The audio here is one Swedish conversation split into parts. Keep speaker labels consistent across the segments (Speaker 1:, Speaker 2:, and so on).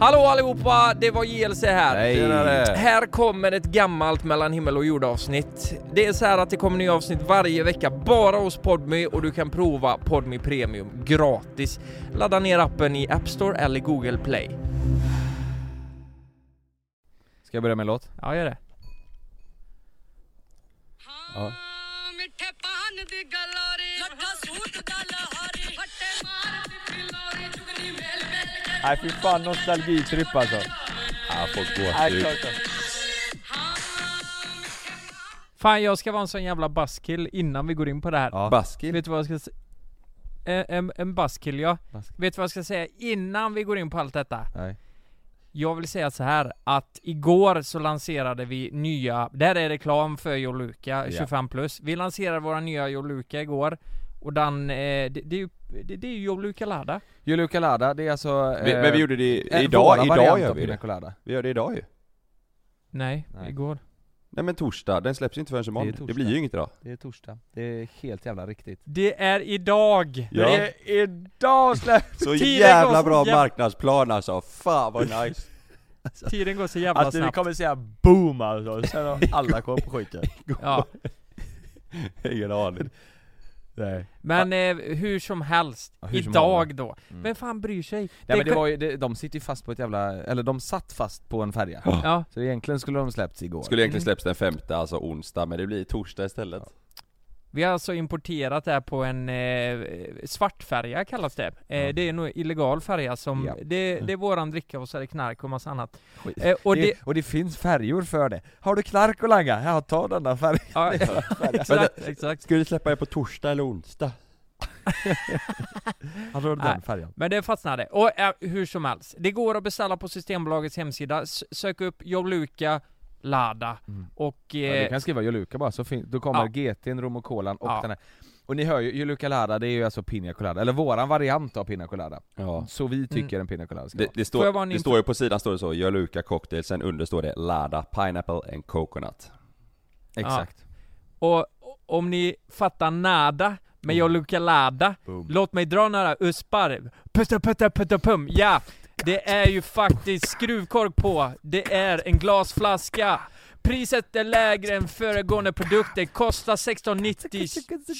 Speaker 1: Hallå allihopa, det var JLC här.
Speaker 2: Hej. Tjenare.
Speaker 1: Här kommer ett gammalt mellan himmel och jord avsnitt. Det är så här att det kommer nya avsnitt varje vecka bara hos Podmy och du kan prova Podmy Premium gratis. Ladda ner appen i App Store eller Google Play.
Speaker 2: Ska jag börja med en låt?
Speaker 1: Ja, gör det.
Speaker 2: Ja.
Speaker 3: ਹਾਂ ਮਿੱਠੇ ਪਾਨ ਦੀ ਗਲੋਰੀ ਲੱਖਾ suit ਦਾ ਲਾਹੌਰੀ ਫੱਟੇ ਮਾਰ ਦੀ ਫਿਲੌਰੀ ਚੁਗਲੀ ਮੇਲ ਮੇਲ ਕੇ
Speaker 4: Nej fy fan nostalgitripp alltså.
Speaker 2: Ja, folk
Speaker 5: typ.
Speaker 4: Nej,
Speaker 2: går
Speaker 4: klart, klart.
Speaker 3: हाँ।
Speaker 1: Fan, jag ska vara en sån jävla baskill innan vi går in på det här.
Speaker 2: ja. Baskil?
Speaker 1: Vet du vad jag ska säga? En, en baskill ja.
Speaker 2: Baskill.
Speaker 1: Vet du vad jag ska säga innan vi går in på allt detta?
Speaker 2: Nej.
Speaker 1: Jag vill säga så här att igår så lanserade vi nya, där är reklam för Joluka
Speaker 2: Ja.
Speaker 1: 25 plus. Vi lanserade våra nya Joluka igår och den, eh, det, det är ju det, det är ju Joluka Lada.
Speaker 2: Jolio Calada, det är alltså...
Speaker 5: Vi,
Speaker 2: eh,
Speaker 5: men vi gjorde det i-
Speaker 2: en- våran
Speaker 5: idag, idag
Speaker 2: variant
Speaker 5: gör
Speaker 2: av
Speaker 5: vi
Speaker 2: Pina
Speaker 5: det.
Speaker 2: Colada.
Speaker 5: Vi gör det idag ju.
Speaker 1: Nej,
Speaker 2: Nej.
Speaker 1: igår.
Speaker 5: Nej men torsdag, den släpps ju inte förrän
Speaker 2: Det
Speaker 5: imorgon.
Speaker 2: är
Speaker 5: Det,
Speaker 2: torsdag.
Speaker 5: blir ju inget idag.
Speaker 2: Det är torsdag. Det är helt jävla riktigt.
Speaker 1: Det är idag!
Speaker 5: Ja.
Speaker 1: Det är idag
Speaker 5: Så
Speaker 1: Tiden går
Speaker 5: jävla
Speaker 1: så
Speaker 5: bra
Speaker 1: jävla-
Speaker 5: marknadsplan alltså, fan vad nice.
Speaker 1: Tiden går så jävla
Speaker 4: Alltså vi
Speaker 1: snabbt.
Speaker 4: kommer säga boom alltså, sen har alla kommit på skiten.
Speaker 1: Ja.
Speaker 5: Ingen aning.
Speaker 4: Nej.
Speaker 1: Men eh, hur som helst,
Speaker 2: Ja, hur som
Speaker 1: idag
Speaker 2: helst. Mm.
Speaker 1: då. Vem fan bryr sig?
Speaker 2: Nej men det var ju, det, de sitter ju fast på ett jävla, eller de satt fast på en färja.
Speaker 1: Ja,
Speaker 2: Så egentligen skulle de släppts igår.
Speaker 5: Skulle egentligen släpps den femte, alltså onsdag, men det blir torsdag istället.
Speaker 1: Vi har alltså importerat det här på en eh, svartfärja kallas det. Eh,
Speaker 2: Ja.
Speaker 1: Det är nog illegal färja som,
Speaker 2: Ja.
Speaker 1: det, det är våran dricka och så är det knark och massa annat.
Speaker 2: Skit.
Speaker 1: Eh, och
Speaker 2: och,
Speaker 1: det,
Speaker 2: det, och det finns färjor för det. Har du knark och langa? Ja, ta denna färja.
Speaker 1: ja, exakt, exakt.
Speaker 5: Ska du släppa det på torsdag eller onsdag?
Speaker 2: Har du
Speaker 1: Nej.
Speaker 2: den färjan?
Speaker 1: Men det fastnade. Och eh, hur som helst, det går att beställa på Systembolagets hemsida. S- sök upp Joluka Lada
Speaker 2: Mm.
Speaker 1: och...
Speaker 2: Ja, du
Speaker 1: Eh,
Speaker 2: kan skriva Joluka bara, så fin- då kommer GT'n, rom och kolan och
Speaker 1: Ja.
Speaker 2: den här. Och ni hör ju, Joluka Lada det är ju alltså Pina Colada, eller våran variant av Pina Colada.
Speaker 5: Ja.
Speaker 2: Så vi tycker en Pina Colada ska
Speaker 5: Det,
Speaker 2: vara.
Speaker 5: det,
Speaker 1: Får jag bara
Speaker 5: står,
Speaker 1: en
Speaker 5: det
Speaker 1: info-
Speaker 5: står ju på sidan står det så, Joluka cocktail, sen under står det Lada pineapple and coconut.
Speaker 2: Exakt.
Speaker 1: och och om ni fattar nada med
Speaker 5: Mm.
Speaker 1: Joluka Lada, låt mig dra några uspar. Putta putta putta pum, ja! Det är ju faktiskt skruvkork på, det är en glasflaska. Priset är lägre än föregående produkter, kostar 16,90.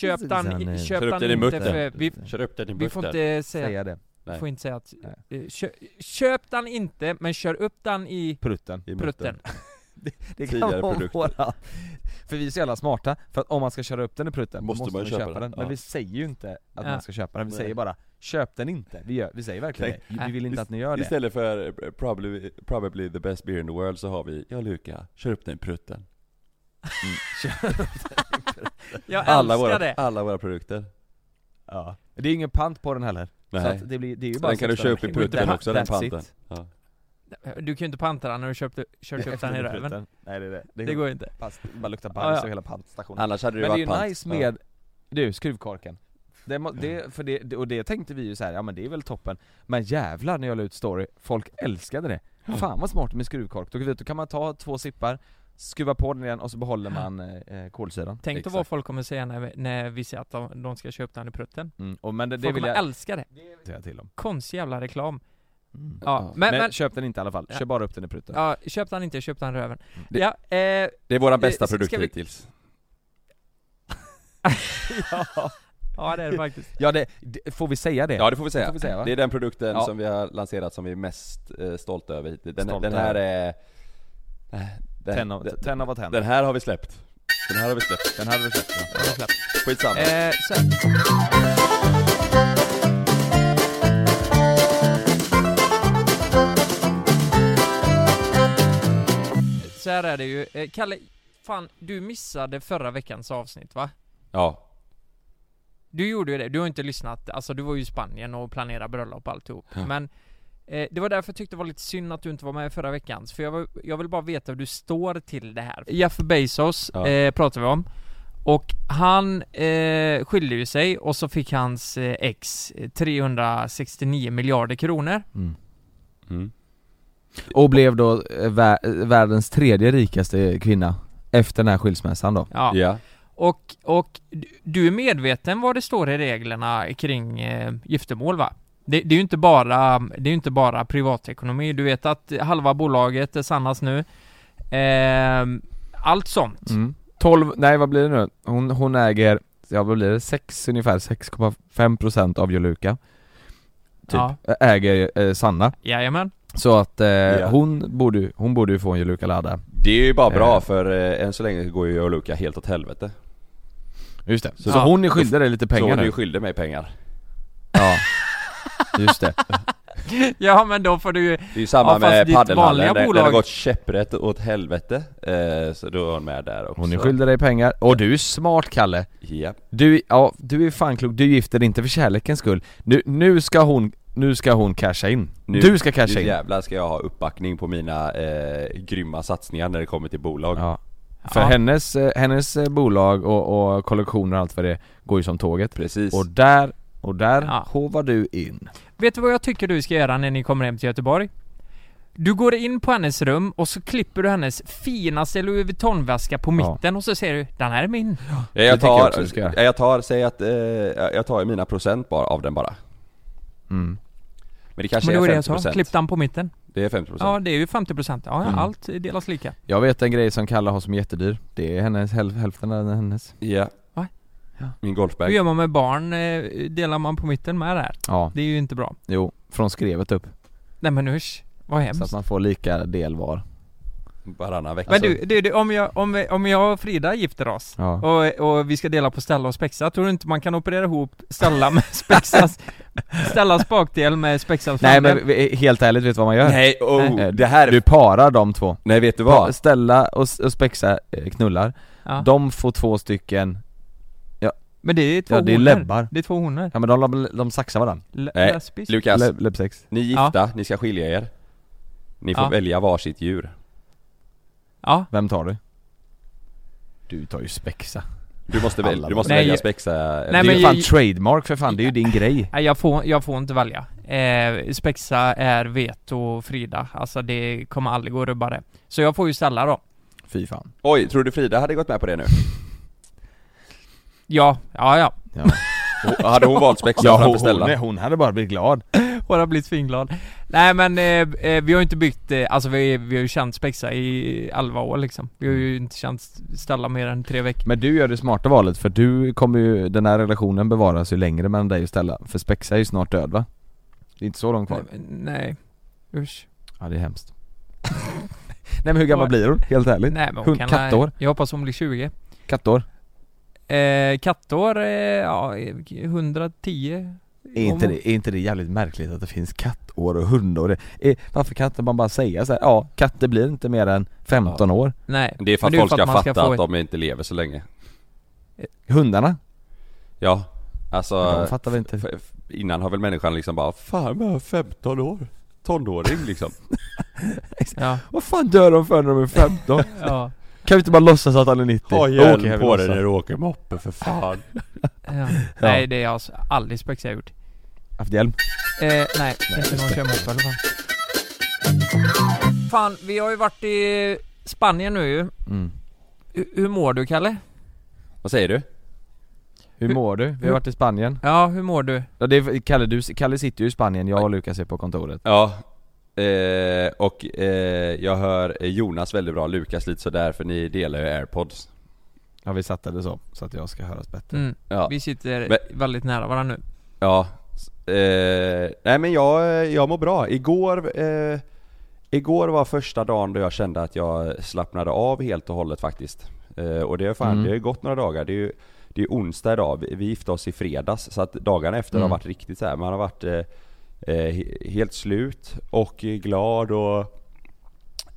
Speaker 1: Köp den, i- köp
Speaker 5: Kör upp
Speaker 1: den
Speaker 5: den i
Speaker 1: inte
Speaker 5: muttern.
Speaker 1: för... Vi,
Speaker 5: Kör upp den i
Speaker 1: vi får inte säga,
Speaker 2: Säga det.
Speaker 5: Nej.
Speaker 1: får inte säga att...
Speaker 2: Nej.
Speaker 1: eh, Kö, köp den inte, men kör upp den i
Speaker 2: Prutten.
Speaker 5: I muttern.
Speaker 1: prutten.
Speaker 2: Det
Speaker 5: Tidigare produkter.
Speaker 2: våra. För vi är så jävla smarta, för att om man ska köra upp den i prutten måste, måste man köpa, den. Men
Speaker 5: Ja.
Speaker 2: vi säger ju inte att
Speaker 1: Ja.
Speaker 2: man ska köpa den, vi
Speaker 5: Nej.
Speaker 2: säger bara 'Köp den inte' Vi, gör, vi säger verkligen
Speaker 5: Nej.
Speaker 2: det, vi vill inte att ni gör det
Speaker 5: Istället för eh, probably, probably the best beer in the world så har vi Joluka, kör upp den i prutten.
Speaker 1: Jag
Speaker 5: Alla
Speaker 1: älskar
Speaker 5: våra,
Speaker 1: det!
Speaker 5: alla våra produkter.
Speaker 2: ja. Det är ingen pant på den heller, så att det, blir, det är ju
Speaker 5: Så
Speaker 2: bara
Speaker 5: den kan du
Speaker 2: 16.
Speaker 5: köra upp i
Speaker 1: Det går inte
Speaker 5: prutten
Speaker 1: på-
Speaker 5: också, den
Speaker 2: that's it.
Speaker 5: panten. Ja.
Speaker 1: Du kan ju inte panta den när du köpt, kört upp den i röven.
Speaker 2: Prutten. Nej det är det,
Speaker 1: Det går inte.
Speaker 2: Fast, det bara luktar
Speaker 1: Ja,
Speaker 2: bajs
Speaker 1: ja.
Speaker 2: över hela pantstationen
Speaker 5: Annars hade det
Speaker 2: Ah, Men det är
Speaker 5: varit
Speaker 2: ju
Speaker 5: pant.
Speaker 2: nice med, du skruvkorken det, må- det, för det, och det tänkte vi ju så här, ja men det är väl toppen Men jävlar när jag la ut story, folk älskade det Fan vad smart med skruvkork, då, då kan man ta två sippar, skruva på den igen och så behåller man eh, kolsyran
Speaker 1: Tänk dig
Speaker 5: Exakt.
Speaker 1: vad folk kommer säga när vi, när vi säger att de, de ska köpa den i prutten.
Speaker 2: mm. och, Men det, det
Speaker 1: Folk
Speaker 2: vill
Speaker 1: kommer
Speaker 2: jag
Speaker 1: älska det.
Speaker 2: säga till om
Speaker 1: Konstig jävla reklam.
Speaker 2: mm.
Speaker 1: Ja, men,
Speaker 2: men,
Speaker 1: men,
Speaker 2: köp den inte i alla fall,
Speaker 1: Ja.
Speaker 2: kör bara upp den Mm, i pruten
Speaker 1: ja, köp den inte, köp den i röven.
Speaker 5: Det-
Speaker 1: Ja, eh,
Speaker 5: Det är våran bästa
Speaker 1: Eh, ska
Speaker 5: produkt
Speaker 1: vi-
Speaker 5: hittills.
Speaker 1: ja det är det faktiskt.
Speaker 2: Ja det, det, får vi säga det?
Speaker 5: Ja det får vi
Speaker 2: det
Speaker 5: säga.
Speaker 2: får vi säga va?
Speaker 5: Det är den produkten
Speaker 2: Ja.
Speaker 5: som vi har lanserat som vi är mest eh, stolta över hittills. Den,
Speaker 2: Stolta
Speaker 5: den här är... eh, Den,
Speaker 2: ten, av,
Speaker 5: den,
Speaker 2: ten av ten,
Speaker 5: den här har vi släppt. Den här har vi släppt.
Speaker 2: den hade vi släppt ja.
Speaker 5: Skitsamma.
Speaker 1: Eh, så, så här är det ju. Eh, Kalle, fan du missade förra veckans avsnitt va?
Speaker 5: Ja.
Speaker 1: Du gjorde ju det, du har inte lyssnat, alltså du var ju i Spanien och planerade bröllop och alltihop Men eh, det var därför jag tyckte det var lite synd att du inte var med i förra veckans För jag, var, jag vill bara veta hur du står till det här Jeff Bezos
Speaker 5: Ja.
Speaker 1: eh, pratar vi om Och han eh, skyllde ju sig och så fick hans eh, ex 369 miljarder kronor
Speaker 5: Mm.
Speaker 2: Och blev då eh, vär, eh, världens tredje rikaste kvinna Efter den här skilsmässan då
Speaker 1: Ja,
Speaker 5: Ja.
Speaker 1: och, och du- du är medveten vad det står i reglerna kring eh, giftermål va? Det, det är ju inte bara, det är ju inte bara privatekonomi. Du vet att halva bolaget är Sannas nu. Ehm, allt sånt.
Speaker 2: Mm. 12, nej vad blir det nu? Hon, hon äger, ja vad blir det? 6 ungefär, 6,5% av Joluka Typ,
Speaker 1: Ja.
Speaker 2: äger eh, Sanna
Speaker 1: Jajamän.
Speaker 2: Så att eh,
Speaker 5: Ja.
Speaker 2: hon, borde, ju- hon borde ju få en Joluka Lada
Speaker 5: Det är ju bara
Speaker 2: Eh.
Speaker 5: bra för eh, än så länge går ju jag och Luca helt åt helvete.
Speaker 2: Just det, så,
Speaker 1: Ja.
Speaker 2: hon är skyldig dig lite
Speaker 5: så
Speaker 2: pengar
Speaker 5: hon är
Speaker 2: nu
Speaker 5: ju skyldig mig pengar.
Speaker 2: Ja, just det
Speaker 1: Ja men då får du ju,
Speaker 5: Det är ju samma
Speaker 1: Ja, fast
Speaker 5: med
Speaker 1: ditt vanliga
Speaker 5: padelhallen, den, den har
Speaker 1: bolag-
Speaker 5: gått käpprätt åt helvete. Eh, så då är hon med där också.
Speaker 2: Hon är skyldig dig pengar, och du är smart Kalle
Speaker 5: Ja.
Speaker 2: Du, ja, du är fan klok, du gifter dig inte för kärlekens skull Nu, nu ska hon, nu ska hon casha in
Speaker 5: Nu-
Speaker 2: Du ska casha
Speaker 5: Nu
Speaker 2: in
Speaker 5: jävlar ska jag ha uppbackning på mina eh, grymma satsningar när det kommer till bolag.
Speaker 2: Ja. För
Speaker 1: Ja.
Speaker 2: hennes, eh, hennes eh, bolag och, och kollektioner och allt vad det är, går ju som tåget
Speaker 5: Precis.
Speaker 2: Och där, och där
Speaker 1: Ja.
Speaker 2: hovar du in
Speaker 1: vet du vad jag tycker du ska göra när ni kommer hem till Göteborg? Du går in på hennes rum och så klipper du hennes finaste Louis Vuitton-väska på
Speaker 2: Ja.
Speaker 1: mitten och så säger du 'Den här är min'
Speaker 5: Ja,
Speaker 2: Det
Speaker 5: jag,
Speaker 2: tycker jag
Speaker 5: tar,
Speaker 2: också du ska göra.
Speaker 5: jag, jag tar, säg att, eh, jag jag tar ju mina procent bara, av den bara.
Speaker 2: mm.
Speaker 5: Men det kanske
Speaker 1: Men det var det
Speaker 5: är
Speaker 1: jag
Speaker 5: 50%.
Speaker 1: sa, klippte han på mitten.
Speaker 5: Det är 50%.
Speaker 1: Ja det är ju 50%, ja, ja
Speaker 2: Mm.
Speaker 1: allt delas lika.
Speaker 2: Jag vet en grej som Kalle har som är jättedyr Det är hennes, häl- hälften av hennes
Speaker 5: Ja.
Speaker 1: Va?
Speaker 5: Min
Speaker 1: Hur
Speaker 5: golfbag.
Speaker 1: gör man med barn? eh, Delar man på mitten med det här?
Speaker 2: Ja,
Speaker 1: Det är ju inte bra.
Speaker 2: jo, från skrevet upp
Speaker 1: Nej men usch, vad
Speaker 2: Så
Speaker 1: hemskt.
Speaker 2: att man får lika del var
Speaker 5: Varannan vecka.
Speaker 1: Men du, du, du om, jag, om, vi- om jag och Frida gifter oss
Speaker 2: alltså- Ja,
Speaker 1: och, och vi ska dela på Stella och Spexa, tror du inte man kan operera ihop Stella med Spexas, Stellas bakdel med Spexas
Speaker 2: Nej
Speaker 1: framdel?
Speaker 2: men vi- helt ärligt, vet du vad man gör?
Speaker 5: Nej, oh,
Speaker 2: Nej.
Speaker 5: det här...
Speaker 2: Du parar de två
Speaker 5: Nej vet du vad?
Speaker 2: Ställa och, s- och spexa eh, knullar,
Speaker 1: ja.
Speaker 2: de får två stycken,
Speaker 1: men det är två
Speaker 2: ja det är
Speaker 1: honor.
Speaker 2: läbbar
Speaker 1: Det är två honor.
Speaker 2: Ja men de, de, de saxar varandra,
Speaker 1: Le-
Speaker 5: Nej,
Speaker 1: Lesbisk.
Speaker 5: Lukas,
Speaker 2: Läb- läppsex
Speaker 5: ni är gifta, ni ska skilja er. Ni får
Speaker 1: Ja.
Speaker 5: välja varsitt djur.
Speaker 1: Ja.
Speaker 2: Vem tar du? Du tar ju spexa
Speaker 5: Du måste, väl,
Speaker 2: Alla
Speaker 5: du måste
Speaker 1: bara.
Speaker 5: välja
Speaker 1: Nej.
Speaker 5: spexa...
Speaker 1: Nej,
Speaker 2: Det är
Speaker 1: men
Speaker 2: ju fan
Speaker 1: jag-
Speaker 2: trademark för fan, det är ju din grej
Speaker 1: Nej jag får, jag får inte välja. Eh, spexa är veto Frida, alltså det kommer aldrig gå att rubba det. Så jag får ju Stella då.
Speaker 2: Fy fan
Speaker 5: Oj, tror du Frida hade gått med på det nu?
Speaker 1: Ja, ja ja.
Speaker 2: Ja,
Speaker 5: Hon- Hade hon valt spexa framför Stella?
Speaker 2: hade bara blivit glad
Speaker 1: Bara blivit svinglad. Nej men eh, eh, vi har ju inte byggt, eh, alltså vi, vi har ju känt Spexa i 11 år liksom. Vi har ju inte känt Stella mer än tre veckor.
Speaker 2: Men du gör det smarta valet för du kommer ju, den här relationen bevaras ju längre mellan dig och Stella För spexa är ju snart död va? Det är inte så långt kvar
Speaker 1: Nej, Nej, usch.
Speaker 2: Ja det är hemskt Nej men hur gammal blir hon? Helt ärligt?
Speaker 1: Nej men hon
Speaker 2: Hund-
Speaker 1: kan...
Speaker 2: kattår?
Speaker 1: Jag hoppas hon blir 20.
Speaker 2: Kattår?
Speaker 1: Eh, kattår, eh, ja 110.
Speaker 2: Är inte, det, är inte det jävligt märkligt att det finns kattår och hundår? Eh, Varför kan inte man bara säga så här? ja katter blir inte mer än 15 år
Speaker 1: Nej.
Speaker 5: Det är för
Speaker 1: Men
Speaker 5: att
Speaker 1: det är
Speaker 5: folk
Speaker 1: för
Speaker 5: ska
Speaker 1: att man ska
Speaker 5: fatta
Speaker 1: få
Speaker 5: att
Speaker 1: ett-
Speaker 5: de inte lever så länge.
Speaker 2: Hundarna?
Speaker 5: Ja, alltså...
Speaker 2: De fattar väl inte?
Speaker 5: f- f- Innan har väl människan liksom bara 'Fan jag är 15 år' Tonåring liksom
Speaker 1: Ja,
Speaker 2: Vad fan dör de för när de är 15?
Speaker 1: ja,
Speaker 2: Kan vi inte bara låtsas att han är 90?
Speaker 5: Ta
Speaker 2: Okej, jag
Speaker 5: hjälm
Speaker 2: vill
Speaker 5: på dig
Speaker 2: låtsas.
Speaker 5: när du åker moppe för fan
Speaker 1: ja. Nej det är alltså aldrig Spexa gjort.
Speaker 2: Haft hjälm?
Speaker 1: Eh, nej, inte någon körmoppe i alla fall. Fan, vi har ju varit i Spanien nu ju.
Speaker 2: Mm.
Speaker 1: Hur- Hur mår du Kalle?
Speaker 5: Vad säger du?
Speaker 2: Hur mår du? Vi har varit i Spanien
Speaker 1: Ja, hur mår du?
Speaker 2: ja, det är, Kalle, du, Kalle sitter ju i Spanien, jag och Lukas är på kontoret
Speaker 5: Ja eh, Och eh, jag hör Jonas väldigt bra, Lukas lite sådär för ni delar ju airpods
Speaker 2: Ja vi satte det så, så att jag ska höras bättre
Speaker 1: Mm.
Speaker 5: Ja,
Speaker 1: Vi sitter
Speaker 5: Men-
Speaker 1: väldigt nära varandra nu.
Speaker 5: ja eh, Nej men jag, jag mår bra, igår eh, Igår var första dagen då jag kände att jag slappnade av helt och hållet faktiskt eh, Och det är fan,
Speaker 2: Mm.
Speaker 5: det har ju gått några dagar, det är ju Det är onsdag idag, vi vi gifte oss i fredags så att dagarna efter
Speaker 2: Mm.
Speaker 5: har varit riktigt så här. man har varit eh, eh, he- helt slut och glad och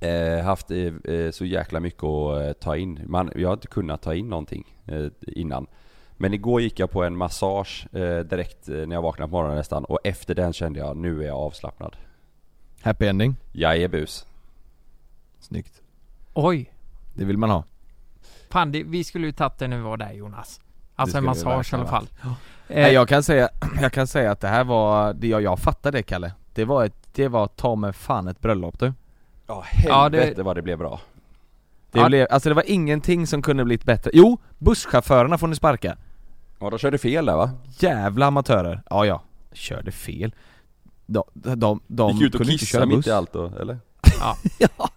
Speaker 5: eh, haft eh, eh, så jäkla mycket att eh, ta in. Man, jag har inte kunnat ta in någonting eh, innan. Men igår gick jag på en massage eh, direkt eh, när jag vaknade på morgonen nästan och efter den kände jag nu är jag avslappnad.
Speaker 2: Happy ending,
Speaker 5: Jag är bus.
Speaker 2: snyggt
Speaker 1: Oj!
Speaker 2: Det vill man ha
Speaker 1: Fan, det, vi skulle ju tagit det när vi var där Jonas. Alltså
Speaker 5: Det
Speaker 1: en
Speaker 5: skulle vi
Speaker 1: massage i
Speaker 5: verkligen
Speaker 1: alla fall. Eh,
Speaker 2: Nej, jag, kan säga, jag kan säga att det här var, det, jag, jag fattade det Kalle Det var ett, det var ta mig fan ett bröllop du
Speaker 5: Ja
Speaker 1: Ja, det-
Speaker 5: helvete vad det blev bra.
Speaker 2: det
Speaker 1: Ja.
Speaker 2: blev, Alltså det var ingenting som kunde blivit bättre Jo! Busschaufförerna får ni sparka
Speaker 5: Ja de körde fel där va?
Speaker 2: Jävla amatörer! Ja ja, körde fel de, de, de
Speaker 5: Gick ut och
Speaker 2: kunde inte köra
Speaker 5: kissade
Speaker 2: buss.
Speaker 5: mitt i allt då, eller?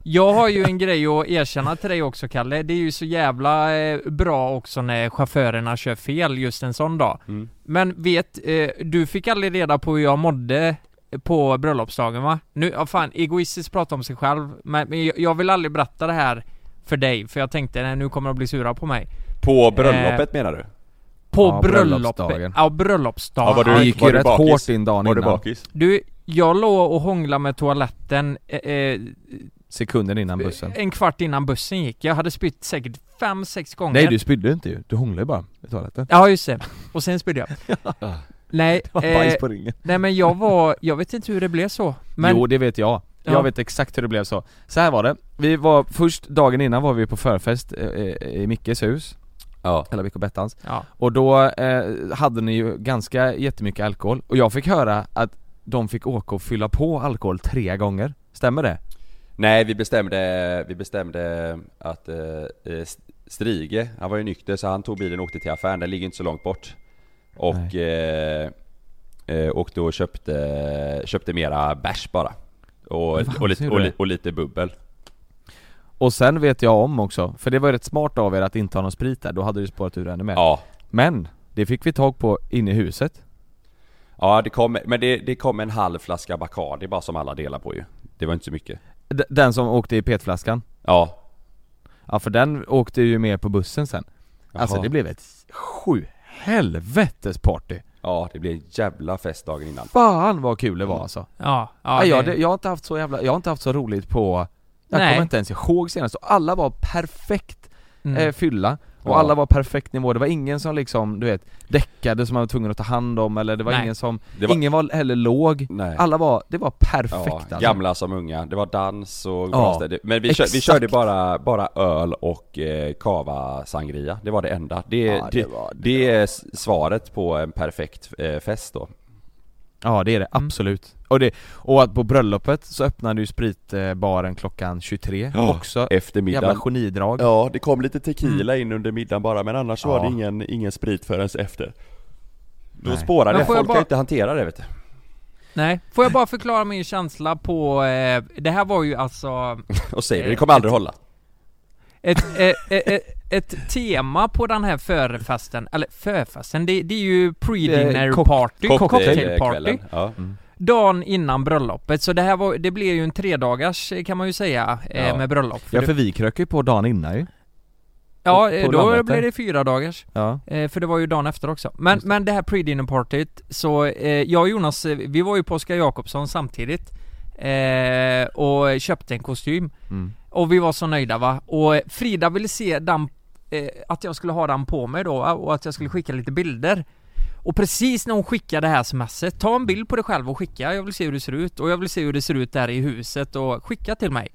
Speaker 1: Jag har ju en grej att erkänna till dig också Kalle, det är ju så jävla eh, bra också när chaufförerna kör fel just en sån dag.
Speaker 5: Mm.
Speaker 1: Men vet, eh, du fick aldrig reda på hur jag mådde på bröllopsdagen va? Nu, ja fan, egoistiskt prata om sig själv, men, men jag- jag vill aldrig berätta det här för dig, för jag tänkte nej, nu kommer de bli sura på mig.
Speaker 5: På bröllopet
Speaker 2: Eh,
Speaker 5: menar du?
Speaker 1: På
Speaker 2: Ja,
Speaker 1: bröllopsdagen.
Speaker 2: bröllopsdagen.
Speaker 1: Ja, bröllopsdagen.
Speaker 5: Ja, var
Speaker 2: Det
Speaker 5: du-
Speaker 2: gick
Speaker 5: Var
Speaker 2: ju
Speaker 5: du
Speaker 2: rätt
Speaker 5: bakis?
Speaker 2: hårt in dagen
Speaker 5: Var du
Speaker 2: innan,
Speaker 5: bakis?
Speaker 1: Du, jag låg och hånglade med toaletten eh, eh,
Speaker 2: sekunden innan bussen
Speaker 1: en kvart innan bussen gick. Jag hade spytt säkert fem, sex gånger.
Speaker 2: Nej du spydde inte ju, du hånglade ju bara i toaletten
Speaker 1: Ja just det, och sen spydde jag nej,
Speaker 2: Det var
Speaker 1: eh,
Speaker 2: bajs på ringen
Speaker 1: nej men jag var, jag vet inte hur det blev så Men,
Speaker 2: Jo det vet jag, jag
Speaker 1: Ja.
Speaker 2: vet exakt hur det blev så Så här var det, vi var först dagen innan var vi på förfest eh, eh, i Mickes hus
Speaker 5: Ja.
Speaker 2: Eller Micke och Bettans
Speaker 1: ja,
Speaker 2: Och då eh, hade ni ju ganska jättemycket alkohol Och jag fick höra att de fick åka och fylla på alkohol tre gånger Stämmer det?
Speaker 5: Nej vi bestämde, vi bestämde att eh, eh, Strige, han var ju nykter så han tog bilen och åkte till affären, den ligger inte så långt bort. Och eh, eh, åkte och köpte, köpte mera bärs bara. Och,
Speaker 2: Men fan,
Speaker 5: och, lite,
Speaker 2: ser du
Speaker 5: och,
Speaker 2: det?
Speaker 5: li- och lite bubbel.
Speaker 2: Och sen vet jag om också, för det var ju rätt smart av er att inte ha någon sprit där, då hade du spårat ur ännu mer
Speaker 5: Ja.
Speaker 2: Men, det fick vi tag på inne i huset
Speaker 5: Ja det kom, men det, det kom en halv flaska Bacardi bara som alla delar på ju. Det var inte så mycket.
Speaker 2: D- Den som åkte i petflaskan
Speaker 5: Ja.
Speaker 2: Ja för den åkte ju med på bussen sen Alltså
Speaker 5: Jaha.
Speaker 2: det blev ett sju helvetes party
Speaker 5: Ja det blev en jävla fest dagen innan.
Speaker 2: Fan vad kul det var alltså
Speaker 1: ja,
Speaker 2: ja,
Speaker 1: ja,
Speaker 2: jag,
Speaker 1: det-
Speaker 2: det, jag har inte haft så jävla, jag har inte haft så roligt på Jag
Speaker 1: Nej.
Speaker 2: kommer inte ens ihåg senast, och alla var perfekt
Speaker 1: mm.
Speaker 2: eh, fylla och
Speaker 5: Ja.
Speaker 2: alla var perfekt nivå, det var ingen som liksom du vet däckade som man var tvungen att ta hand om eller det var
Speaker 1: Nej.
Speaker 2: ingen som,
Speaker 5: Det var-
Speaker 2: ingen var heller låg
Speaker 5: Nej.
Speaker 2: Alla var, det var perfekt
Speaker 5: Ja,
Speaker 2: alltså.
Speaker 5: gamla som unga. Det var dans och
Speaker 2: Ja,
Speaker 5: bra städer. Men vi, kör, vi
Speaker 2: exakt.
Speaker 5: körde bara, bara öl och eh, cava sangria. Det var det enda. Det,
Speaker 2: Ja,
Speaker 5: det,
Speaker 2: det
Speaker 5: det,
Speaker 2: var det.
Speaker 5: är s- svaret på en perfekt eh, fest då.
Speaker 2: Ja det är det,
Speaker 1: Mm.
Speaker 2: absolut. Och, det, och att på bröllopet så öppnade ju spritbaren klockan 23 också. Jävla
Speaker 5: Eftermiddagen.
Speaker 2: genidrag.
Speaker 5: Ja, det kom lite tequila in under middagen bara men annars
Speaker 2: var det
Speaker 5: ingen, ingen sprit förrän efter. Då
Speaker 2: Nej.
Speaker 5: spårade
Speaker 1: Men får jag
Speaker 5: folk kan
Speaker 1: bara-
Speaker 5: inte hantera det vet du.
Speaker 1: Nej, får jag bara förklara min känsla på, eh, det här var ju alltså
Speaker 5: Och säger det, det
Speaker 1: Eh,
Speaker 5: kommer aldrig hålla.
Speaker 1: ett, eh, eh, eh, ett tema på den här förfesten, eller förfesten, det, det är ju pre-dinner
Speaker 2: Eh, kock-
Speaker 1: party, cocktail party
Speaker 5: Cocktailkvällen, eh, Ja.
Speaker 1: Dagen innan bröllopet, så det här var, det blev ju en tredagars eh, kan man ju säga, eh,
Speaker 5: Ja.
Speaker 1: med bröllop För
Speaker 2: Ja
Speaker 1: det-
Speaker 2: för vi krökade ju på dagen innan ju.
Speaker 1: ja
Speaker 2: på
Speaker 1: eh, då
Speaker 2: Landvetter.
Speaker 1: blev det fyra dagars
Speaker 2: Ja.
Speaker 1: Eh, för det var ju dagen efter också. Men,
Speaker 2: Just det.
Speaker 1: men det här pre-dinner partyt, så eh, jag och Jonas, eh, vi var ju på Oskar Jakobsson samtidigt eh, och köpte en kostym.
Speaker 2: Mm.
Speaker 1: Och vi var så nöjda va. Och eh, Frida ville se den, eh, att jag skulle ha den på mig då va? och att jag skulle skicka lite bilder. Och precis när hon skickar det här smset, ta en bild på dig själv och skicka, jag vill se hur det ser ut och jag vill se hur det ser ut där i huset och skicka till mig.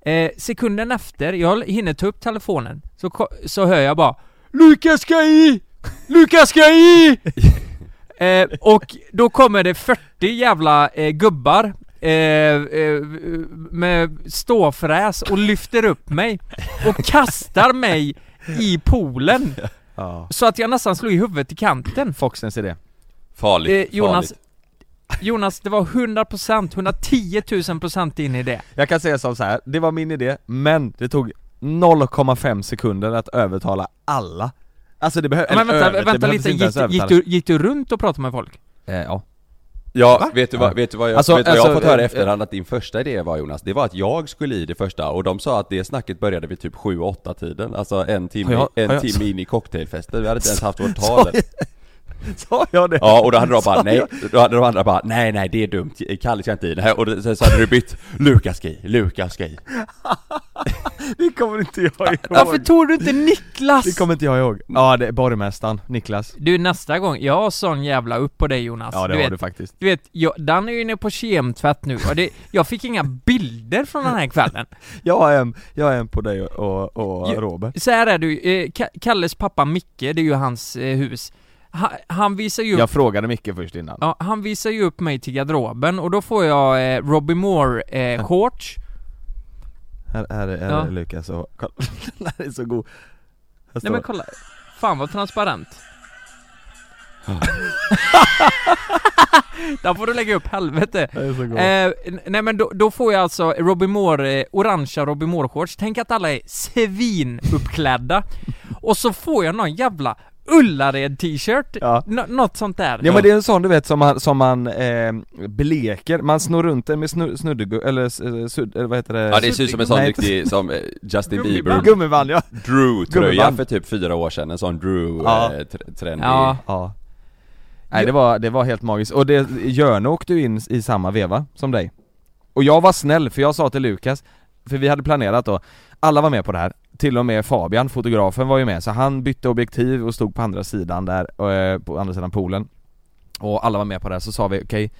Speaker 1: Eh, sekunden efter, jag hinner ta upp telefonen, så, ko- så hör jag bara Lukas ska i! Lukas ska i! eh, och då kommer det 40 jävla eh, gubbar eh, eh, med ståfräs och lyfter upp mig och kastar mig i poolen
Speaker 2: ja.
Speaker 1: så att jag nästan slog i huvudet i kanten.
Speaker 2: Foxens idé.
Speaker 5: Farligt,
Speaker 1: Eh, Jonas,
Speaker 5: farligt.
Speaker 1: Jonas, det var 100%, 110 000% in i det.
Speaker 2: Jag kan säga som så här, det var min idé, men det tog 0,5 sekunder att övertala alla. Alltså det behövs,
Speaker 1: Men vänta, vänta lite, gick, gick, du, gick du runt och pratade med folk?
Speaker 2: Eh, ja.
Speaker 5: Ja, vet du, vad, vet du vad jag,
Speaker 2: Alltså,
Speaker 5: vet du vad jag har
Speaker 2: alltså,
Speaker 5: fått höra i
Speaker 2: eh,
Speaker 5: efterhand att din första idé var Jonas? Det var att jag skulle i det första och de sa att det snacket började vid typ 7-8 tiden, alltså en timme,
Speaker 2: Har jag-
Speaker 5: en
Speaker 2: har jag-
Speaker 5: timme in i cocktailfesten, vi hade inte ens haft vårt
Speaker 2: Sa
Speaker 5: tal än.
Speaker 2: jag- Sa jag det?
Speaker 5: Ja, och då hade de bara
Speaker 2: Sa
Speaker 5: nej,
Speaker 2: jag-
Speaker 5: då hade de andra bara nej nej det är dumt, Kalle ska inte i det här och sen så hade du bytt Lukas ska i, Lukas ska i.
Speaker 2: Det kommer inte jag ihåg.
Speaker 1: Varför tog du inte Niklas?
Speaker 2: Det kommer inte jag ihåg. Ja, det är borgmästaren, Niklas.
Speaker 1: Du nästa gång, jag har sån jävla upp på dig Jonas.
Speaker 2: Ja det
Speaker 1: Alltså, du
Speaker 2: har
Speaker 1: vet,
Speaker 2: du faktiskt.
Speaker 1: du vet jag, Dan är ju inne på kemtvätt nu och det, jag fick inga bilder från den här kvällen.
Speaker 2: Jag har en, jag har en på dig och, och
Speaker 1: Ja.
Speaker 2: Robert
Speaker 1: Så här är du, eh, Ka- Kalles pappa Micke, det är ju hans eh, hus. Han, han visar ju
Speaker 2: Jag frågade Micke först innan
Speaker 1: Ja, han visar ju upp mig till garderoben och då får jag eh, Robbie Moore eh, shorts
Speaker 2: Här, här är, här
Speaker 1: Ja.
Speaker 2: är Lukas och kolla, den här är så god Här
Speaker 1: Nej
Speaker 2: står-
Speaker 1: men kolla, fan vad transparent Där får du lägga upp helvete.
Speaker 4: Det är så gott.
Speaker 1: Eh, n- nej men då, då får jag alltså Robin Moore, eh, orangea Robin Moore-shorts, tänk att alla är svinuppklädda Och så får jag någon jävla Ullared-t-shirt,
Speaker 2: Ja.
Speaker 1: Nå- något sånt där
Speaker 2: Ja men det är en sån du vet som man, som man eh, bleker, man snor runt den med snu, snuddegum, eller, s- eh, sudd, eller vad heter det?
Speaker 5: Ja det ser ut som en sån
Speaker 2: Nej,
Speaker 5: riktig, som eh, Justin Bieber
Speaker 1: Gummiband.
Speaker 2: Gummiband ja!
Speaker 5: Drew-tröja
Speaker 2: Gummiband.
Speaker 5: för typ fyra år sedan, en sån eh,
Speaker 2: Ja.
Speaker 5: Drew-trend
Speaker 1: Ja,
Speaker 2: Ja Nej det var, det var helt magiskt, och det, Jörne åkte ju in i samma veva som dig Och jag var snäll, för jag sa till Lukas, för vi hade planerat då, alla var med på det här till och med Fabian, fotografen, var ju med så han bytte objektiv och stod på andra sidan där, eh, på andra sidan poolen Och alla var med på det här, så sa vi okej,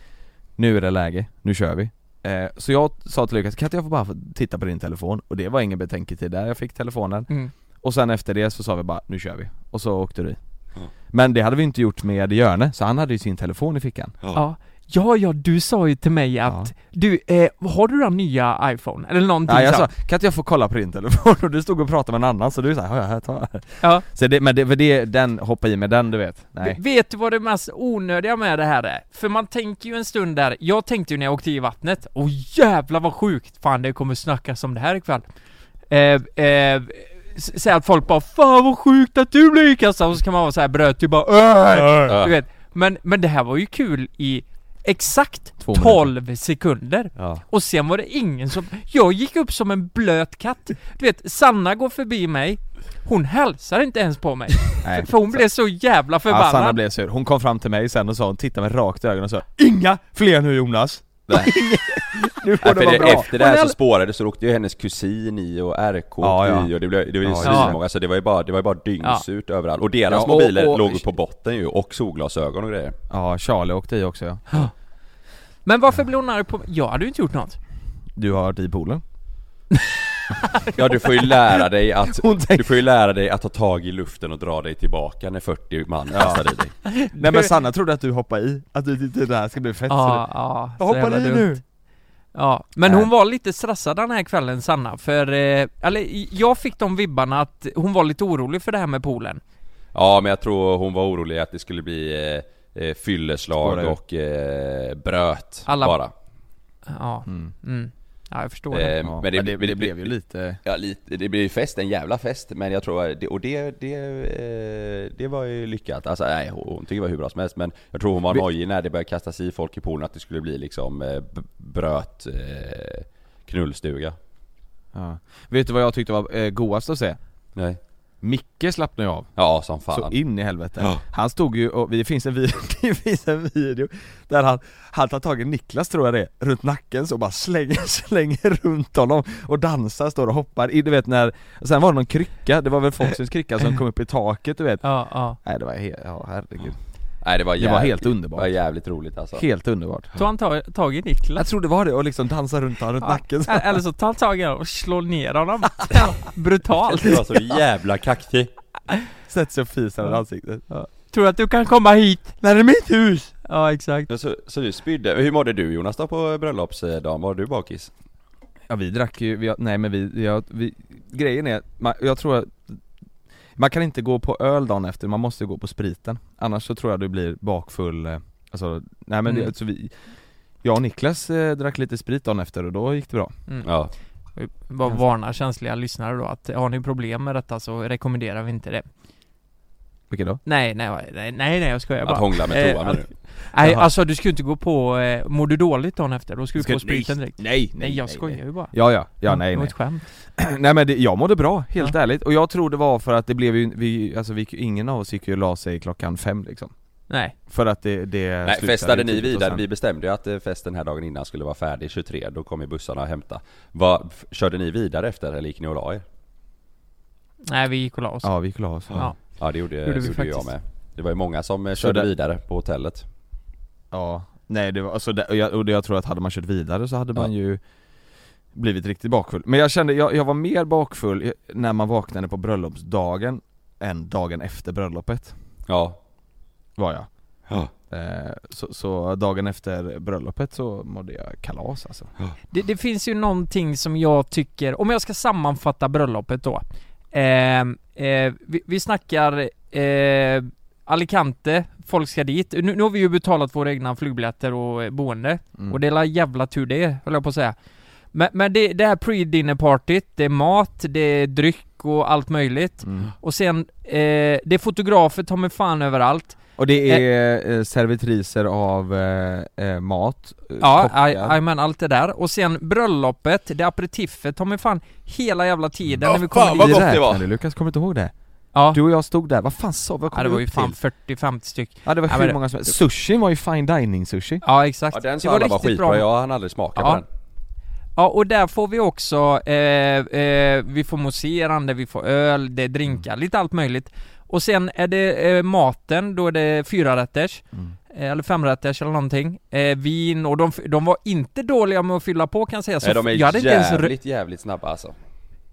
Speaker 2: nu är det läge, nu kör vi eh, Så jag sa till Lukas, kan inte jag få bara få titta på din telefon? Och det var ingen betänketid där, jag fick telefonen
Speaker 1: mm.
Speaker 2: och sen efter det så sa vi bara, nu kör vi. Och så åkte du i.
Speaker 5: Mm.
Speaker 2: Men det hade vi inte gjort med Jörne, så han hade ju sin telefon i fickan.
Speaker 1: ja Ja, ja, du sa ju till mig att du, eh, har du den nya iPhone? Eller någonting
Speaker 2: Ja, jag sa,
Speaker 1: sånt.
Speaker 2: kan inte jag få kolla på din telefon? Och du stod och pratade med en annan, så du är såhär, ja här, ta
Speaker 1: Ja.
Speaker 2: Så det, men det, för det, den, hoppa i med den du vet. Nej.
Speaker 1: V- Vet du vad det mest onödiga med det här är? För man tänker ju en stund där, jag tänkte ju när jag åkte i vattnet, åh jävlar vad sjukt, fan det kommer snackas om det här ikväll. Eh, eh, s- Säga att folk bara 'Fan vad sjukt att du blev inkastad' och så kan man vara såhär bröt ju bara äh! Du vet. Men, men det här var ju kul i exakt
Speaker 2: Två
Speaker 1: 12 sekunder.
Speaker 2: Ja.
Speaker 1: Och sen var det ingen som... Jag gick upp som en blöt katt. Du vet, Sanna går förbi mig, hon hälsar inte ens på mig.
Speaker 2: Nej.
Speaker 1: För hon blev så jävla
Speaker 2: Ja, Sanna
Speaker 1: förbannad.
Speaker 2: blev sur. Hon kom fram till mig sen och sa, hon tittade mig rakt i ögonen och sa, inga fler nu Jonas!
Speaker 5: Nej.
Speaker 2: nu får det
Speaker 5: Nej, för
Speaker 2: vara
Speaker 5: det,
Speaker 2: bra.
Speaker 5: efter det här så
Speaker 1: Hon är-
Speaker 5: spårade så åkte ju hennes kusin i och RK
Speaker 2: Ja, ja.
Speaker 5: åkte i och det blev, det var ju
Speaker 2: Ja,
Speaker 1: ja.
Speaker 5: svinmånga så det var ju bara, det var ju bara dyngsurt överallt och deras
Speaker 2: Ja, och-
Speaker 5: mobiler
Speaker 2: och-
Speaker 5: låg ju på botten ju och solglasögon och grejer
Speaker 2: Ja, Charlie åkte i också ja.
Speaker 1: Men varför blev hon arg på mig? Jag hade ju inte gjort något.
Speaker 2: Du har varit i poolen.
Speaker 5: Ja du får ju lära dig att,
Speaker 2: Hon tänkte-
Speaker 5: du får ju lära dig att ta tag i luften och dra dig tillbaka när 40 man kastar i dig
Speaker 2: Nej men Sanna trodde att du hoppade i, att du tyckte det här ska bli fett.
Speaker 1: Ja, ja.
Speaker 2: så du,
Speaker 1: så
Speaker 2: jag
Speaker 1: jävla
Speaker 2: hoppar i
Speaker 1: dumt.
Speaker 2: nu!
Speaker 1: Ja, men
Speaker 2: Nej.
Speaker 1: hon var lite stressad den här kvällen Sanna, för... Eh, eller i- jag fick de vibbarna att hon var lite orolig för det här med poolen.
Speaker 5: Ja men jag tror hon var orolig att det skulle bli eh, eh,
Speaker 2: Spåra ur.
Speaker 5: fylleslag och eh, bröt
Speaker 1: Alla-
Speaker 5: bara
Speaker 1: Ja. Mm. Ja, jag förstår
Speaker 5: Eh,
Speaker 1: det.
Speaker 2: Ja,
Speaker 5: men det,
Speaker 2: men det, det blev ju lite...
Speaker 5: Ja, lite, det blir ju fest, en jävla fest, men jag tror, det, och det, det, eh, det var ju lyckat. Alltså nej, hon tycker det var hur bra som helst, men jag tror hon var
Speaker 2: Vi-
Speaker 5: nojig när det började kastas i folk i poolen att det skulle bli liksom eh, b- bröt eh, knullstuga.
Speaker 2: Ja. Vet du vad jag tyckte var eh, godast att se?
Speaker 5: Nej.
Speaker 2: Micke slappnade ju av.
Speaker 5: Ja, som
Speaker 2: Så
Speaker 5: fan.
Speaker 2: in i helvete.
Speaker 5: Ja.
Speaker 2: Han stod ju och, det finns en video, det finns en video där han, han tar tag i Niklas tror jag det är, runt nacken så bara slänger, slänger runt honom och dansar, står och hoppar. I, du vet när, sen var det någon krycka, det var väl Foxys krycka som kom upp i taket du vet.
Speaker 1: Ja, ja.
Speaker 2: Nej det var helt, ja herregud.
Speaker 5: nej, det var,
Speaker 2: Det var
Speaker 5: jävligt-
Speaker 2: helt underbart.
Speaker 5: Det var jävligt roligt alltså.
Speaker 2: Helt underbart.
Speaker 1: Tog han ta- tag i Niklas?
Speaker 2: Jag tror det var det, och liksom dansar runt honom runt
Speaker 1: Ja.
Speaker 2: nacken så.
Speaker 1: Eller eller så tar han tag i honom och slår ner honom. Brutalt.
Speaker 5: Det var så jävla kaxig.
Speaker 2: Sätter sig och fiser i ansiktet. Ja.
Speaker 1: Tror du att du kan komma hit?
Speaker 2: Nej det är mitt hus!
Speaker 1: Ja, exakt.
Speaker 5: Men Så, så du spydde. Hur mådde du Jonas då på bröllopsdagen? Var du bakis?
Speaker 2: Ja vi drack ju, vi, har- nej men vi, vi, har- vi grejen är, man, jag tror att man kan inte gå på öl dagen efter, man måste gå på spriten. Annars så tror jag du blir bakfull, eh, alltså, nej men
Speaker 1: Mm.
Speaker 2: det, så vi, jag och Niklas eh, drack lite sprit dagen efter och då gick det bra.
Speaker 1: Mm.
Speaker 5: Ja.
Speaker 1: Bara varna känsliga lyssnare då att har ni problem med detta så rekommenderar vi inte det.
Speaker 2: Vilket då?
Speaker 1: Nej, nej, nej, nej, nej jag skojar
Speaker 5: Att
Speaker 1: bara.
Speaker 5: hångla med
Speaker 1: Eh,
Speaker 5: toan nu.
Speaker 1: Nej,
Speaker 2: Jaha.
Speaker 1: alltså du ska ju inte gå på, eh, mår du dåligt dagen efter? Då ska du
Speaker 2: Ska-
Speaker 1: på spriten direkt. Nej,
Speaker 2: Nej,
Speaker 1: jag skojar ju bara.
Speaker 2: Ja ja, ja nej
Speaker 1: Det var
Speaker 2: nej.
Speaker 1: ett skämt.
Speaker 2: nej men det, jag mådde bra, helt
Speaker 1: Ja.
Speaker 2: ärligt. Och jag tror det var för att det blev ju, vi, alltså vi, gick ju- ingen av oss gick ju och la sig klockan fem liksom.
Speaker 1: Nej.
Speaker 2: För att det,
Speaker 1: Eh,
Speaker 2: det
Speaker 5: Nej,
Speaker 2: slutade
Speaker 5: festade
Speaker 2: ju
Speaker 5: ni
Speaker 2: tidigt och
Speaker 5: vidare?
Speaker 2: sen-
Speaker 5: Vi bestämde ju att eh, festen här dagen innan skulle vara färdig 23, då kom ju bussarna och hämta. Vad, f- körde ni vidare efter eller gick ni och la er?
Speaker 1: Nej, vi gick och la oss.
Speaker 2: Ja vi gick och la oss.
Speaker 1: Ja.
Speaker 5: Ja det gjorde,
Speaker 1: Gjorde vi
Speaker 5: gjorde, jag
Speaker 1: faktiskt.
Speaker 5: med. Det var ju många som eh, körde
Speaker 2: där-
Speaker 5: vidare på hotellet.
Speaker 2: Ja, nej det var, alltså det, och, jag, och det, jag tror att hade man kört vidare så hade man ju blivit riktigt bakfull. Men jag kände, jag, jag var mer bakfull i- när man vaknade på bröllopsdagen än dagen efter bröllopet,
Speaker 5: Ja.
Speaker 2: var jag.
Speaker 5: Ja.
Speaker 2: Eh, så, så dagen efter bröllopet så mådde jag kalas alltså.
Speaker 1: Det, det finns ju någonting som jag tycker, om jag ska Ehm, sammanfatta bröllopet då. Eh, eh, vi, vi snackar eh, Alicante, folk ska dit. Nu, nu har vi ju betalat våra egna flygbiljetter och eh, boende.
Speaker 2: Mm.
Speaker 1: Och det är la jävla tur det, höll jag på att säga. Men, men det, det här pre-dinner partyt, det är mat, det är dryck och allt möjligt.
Speaker 2: Mm.
Speaker 1: Och sen, eh, det är fotografer ta mig fan överallt.
Speaker 2: Och det är eh, servitriser av eh, eh, mat, eh,
Speaker 1: Ja,
Speaker 2: kockar.
Speaker 1: aj- men allt det där. Och sen bröllopet, det är aperitifet, ta mig fan hela jävla tiden när vi
Speaker 5: Åh,
Speaker 1: kommer
Speaker 5: fan,
Speaker 1: dit.
Speaker 5: vad
Speaker 2: Vi
Speaker 5: gott det
Speaker 2: räknade,
Speaker 5: var.
Speaker 2: Lukas, kommer du inte ihåg det?
Speaker 1: Ja,
Speaker 2: Du och jag stod där, vad fan sa vad kom
Speaker 1: ja det
Speaker 2: vi
Speaker 1: var ju
Speaker 2: upp
Speaker 1: fan
Speaker 2: till?
Speaker 1: 40-50 styck.
Speaker 2: Ja det var
Speaker 1: Ja,
Speaker 2: hur
Speaker 1: men-
Speaker 2: många som helst. Sushi var ju fine dining sushi
Speaker 1: Ja exakt.
Speaker 5: Ja, den
Speaker 1: det
Speaker 5: sa
Speaker 1: var
Speaker 5: alla var
Speaker 1: riktigt bra.
Speaker 5: skitbra, jag hann aldrig smaka
Speaker 1: Ja.
Speaker 5: på den.
Speaker 1: Ja och där får vi också, eh, eh, vi får mousserande, vi får öl, det är
Speaker 5: Mm.
Speaker 1: drinkar, lite allt möjligt Och sen är det eh, maten, då är det fyra rätters
Speaker 2: Mm.
Speaker 1: eh, Eller femrätters eller någonting eh, Vin och de, f- de var inte dåliga med att fylla på kan jag säga
Speaker 5: Nej, de
Speaker 1: f-
Speaker 5: är
Speaker 1: alltså, jag hade, inte ens, rö-
Speaker 5: jävligt, jävligt snabba alltså.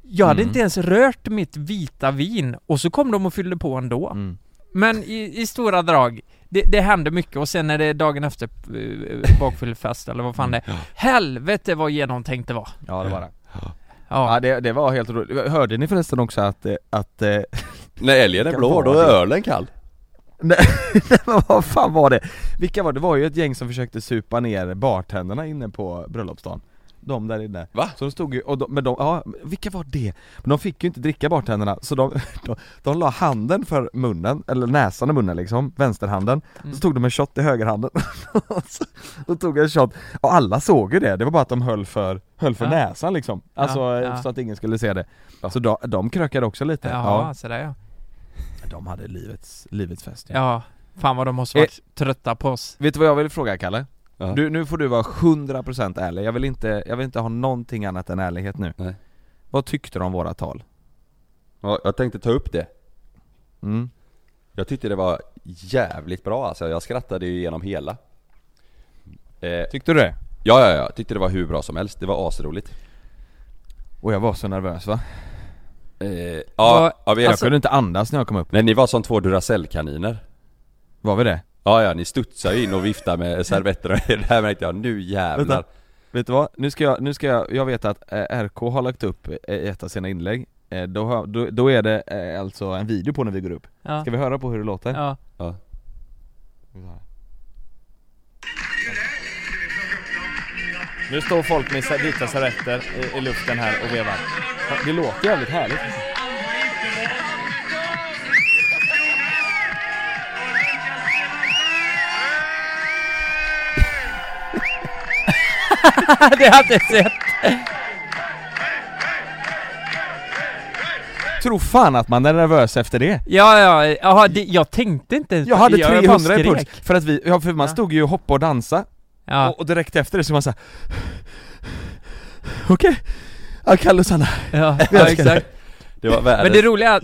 Speaker 1: jag
Speaker 2: Mm.
Speaker 1: hade inte ens rört mitt vita vin Och så kom de och fyllde på ändå
Speaker 2: Mm.
Speaker 1: Men i, i stora drag det, det hände mycket och sen är det dagen efter eh, bakfyllefest eller vad
Speaker 2: Mm.
Speaker 1: fan det är Helvete vad genomtänkt det var!
Speaker 2: Ja det var det
Speaker 1: Ja.
Speaker 2: Ja det, det var helt roligt, hörde ni förresten också att, eh, att eh,
Speaker 5: När älgen är
Speaker 2: Kan
Speaker 5: blå,
Speaker 2: vara
Speaker 5: då är
Speaker 2: det.
Speaker 5: ölen kall.
Speaker 2: Nej men vad fan var det? Vilka var det? Det var ju ett gäng som försökte supa ner bartenderna inne på bröllopsdagen De där inne
Speaker 5: Va?
Speaker 2: Så de stod ju, och de, men de, ja, vilka var det? Men de fick ju inte dricka bartenderna, så de, de, de la handen för munnen, eller näsan i munnen liksom, vänsterhanden
Speaker 1: Mm.
Speaker 2: Så tog de en shot i högerhanden Och så- Då tog jag en shot, och alla såg ju det, det var bara att de höll för, höll för
Speaker 1: Ja.
Speaker 2: näsan liksom Alltså
Speaker 1: Ja, ja.
Speaker 2: så att ingen skulle se det Så de, de krökade också lite,
Speaker 1: Jaha, ja. sådär ja.
Speaker 2: ja De hade livets, livets fest ja.
Speaker 1: Ja, fan vad de måste
Speaker 2: Eh.
Speaker 1: varit trötta på oss.
Speaker 2: Vet du vad jag vill fråga Kalle?
Speaker 5: Ja.
Speaker 2: Du, nu får du vara 100% ärlig, jag vill, inte, jag vill inte ha någonting annat än ärlighet nu
Speaker 5: Nej.
Speaker 2: Vad tyckte du om våra tal?
Speaker 5: Ja, Jag tänkte ta upp det.
Speaker 2: Mm.
Speaker 5: Jag tyckte det var jävligt bra alltså, jag skrattade ju igenom hela. Eh,
Speaker 2: Tyckte du det?
Speaker 5: Ja, ja, ja. Tyckte det var hur bra som helst. Det var asroligt.
Speaker 2: Och jag var så nervös va?
Speaker 5: Eh, ja,
Speaker 1: Vad-
Speaker 5: ja, vi,
Speaker 2: Jag kunde inte andas när jag kom upp,
Speaker 5: Nej, ni var som två Duracell-kaniner.
Speaker 2: var vi det?
Speaker 5: Ja, ja, ni studsar ju in och viftar med servetterna. Det här märkte jag, nu jävlar.
Speaker 2: Vänta. Vet du vad? Nu ska jag, nu ska jag, jag vet att eh, RK har lagt upp eh, ett av sina inlägg Eh, då, har, då, då är det eh, alltså en video på när vi går upp
Speaker 1: Ja.
Speaker 2: Ska vi höra på hur det låter?
Speaker 1: Ja.
Speaker 5: Ja.
Speaker 4: Nu står folk med vita servetter i, i luften här och vevar.
Speaker 2: Det låter jävligt härligt
Speaker 1: det hade jag sett!
Speaker 2: Tro fan att man är nervös efter det!
Speaker 1: Ja, ja, jaha, det, jag tänkte inte ens
Speaker 2: Jag hade
Speaker 1: bara
Speaker 2: 300 i
Speaker 1: skrek.
Speaker 2: puls, för att vi, ja, för man
Speaker 1: Ja.
Speaker 2: stod ju och hoppade och dansade
Speaker 1: Ja,
Speaker 2: Och, och direkt efter det så var man såhär Okej, ja, Kalle och Sanna,
Speaker 1: ja, ja
Speaker 2: älskar det.
Speaker 1: exakt.
Speaker 5: Det var världens...
Speaker 1: Men det roliga,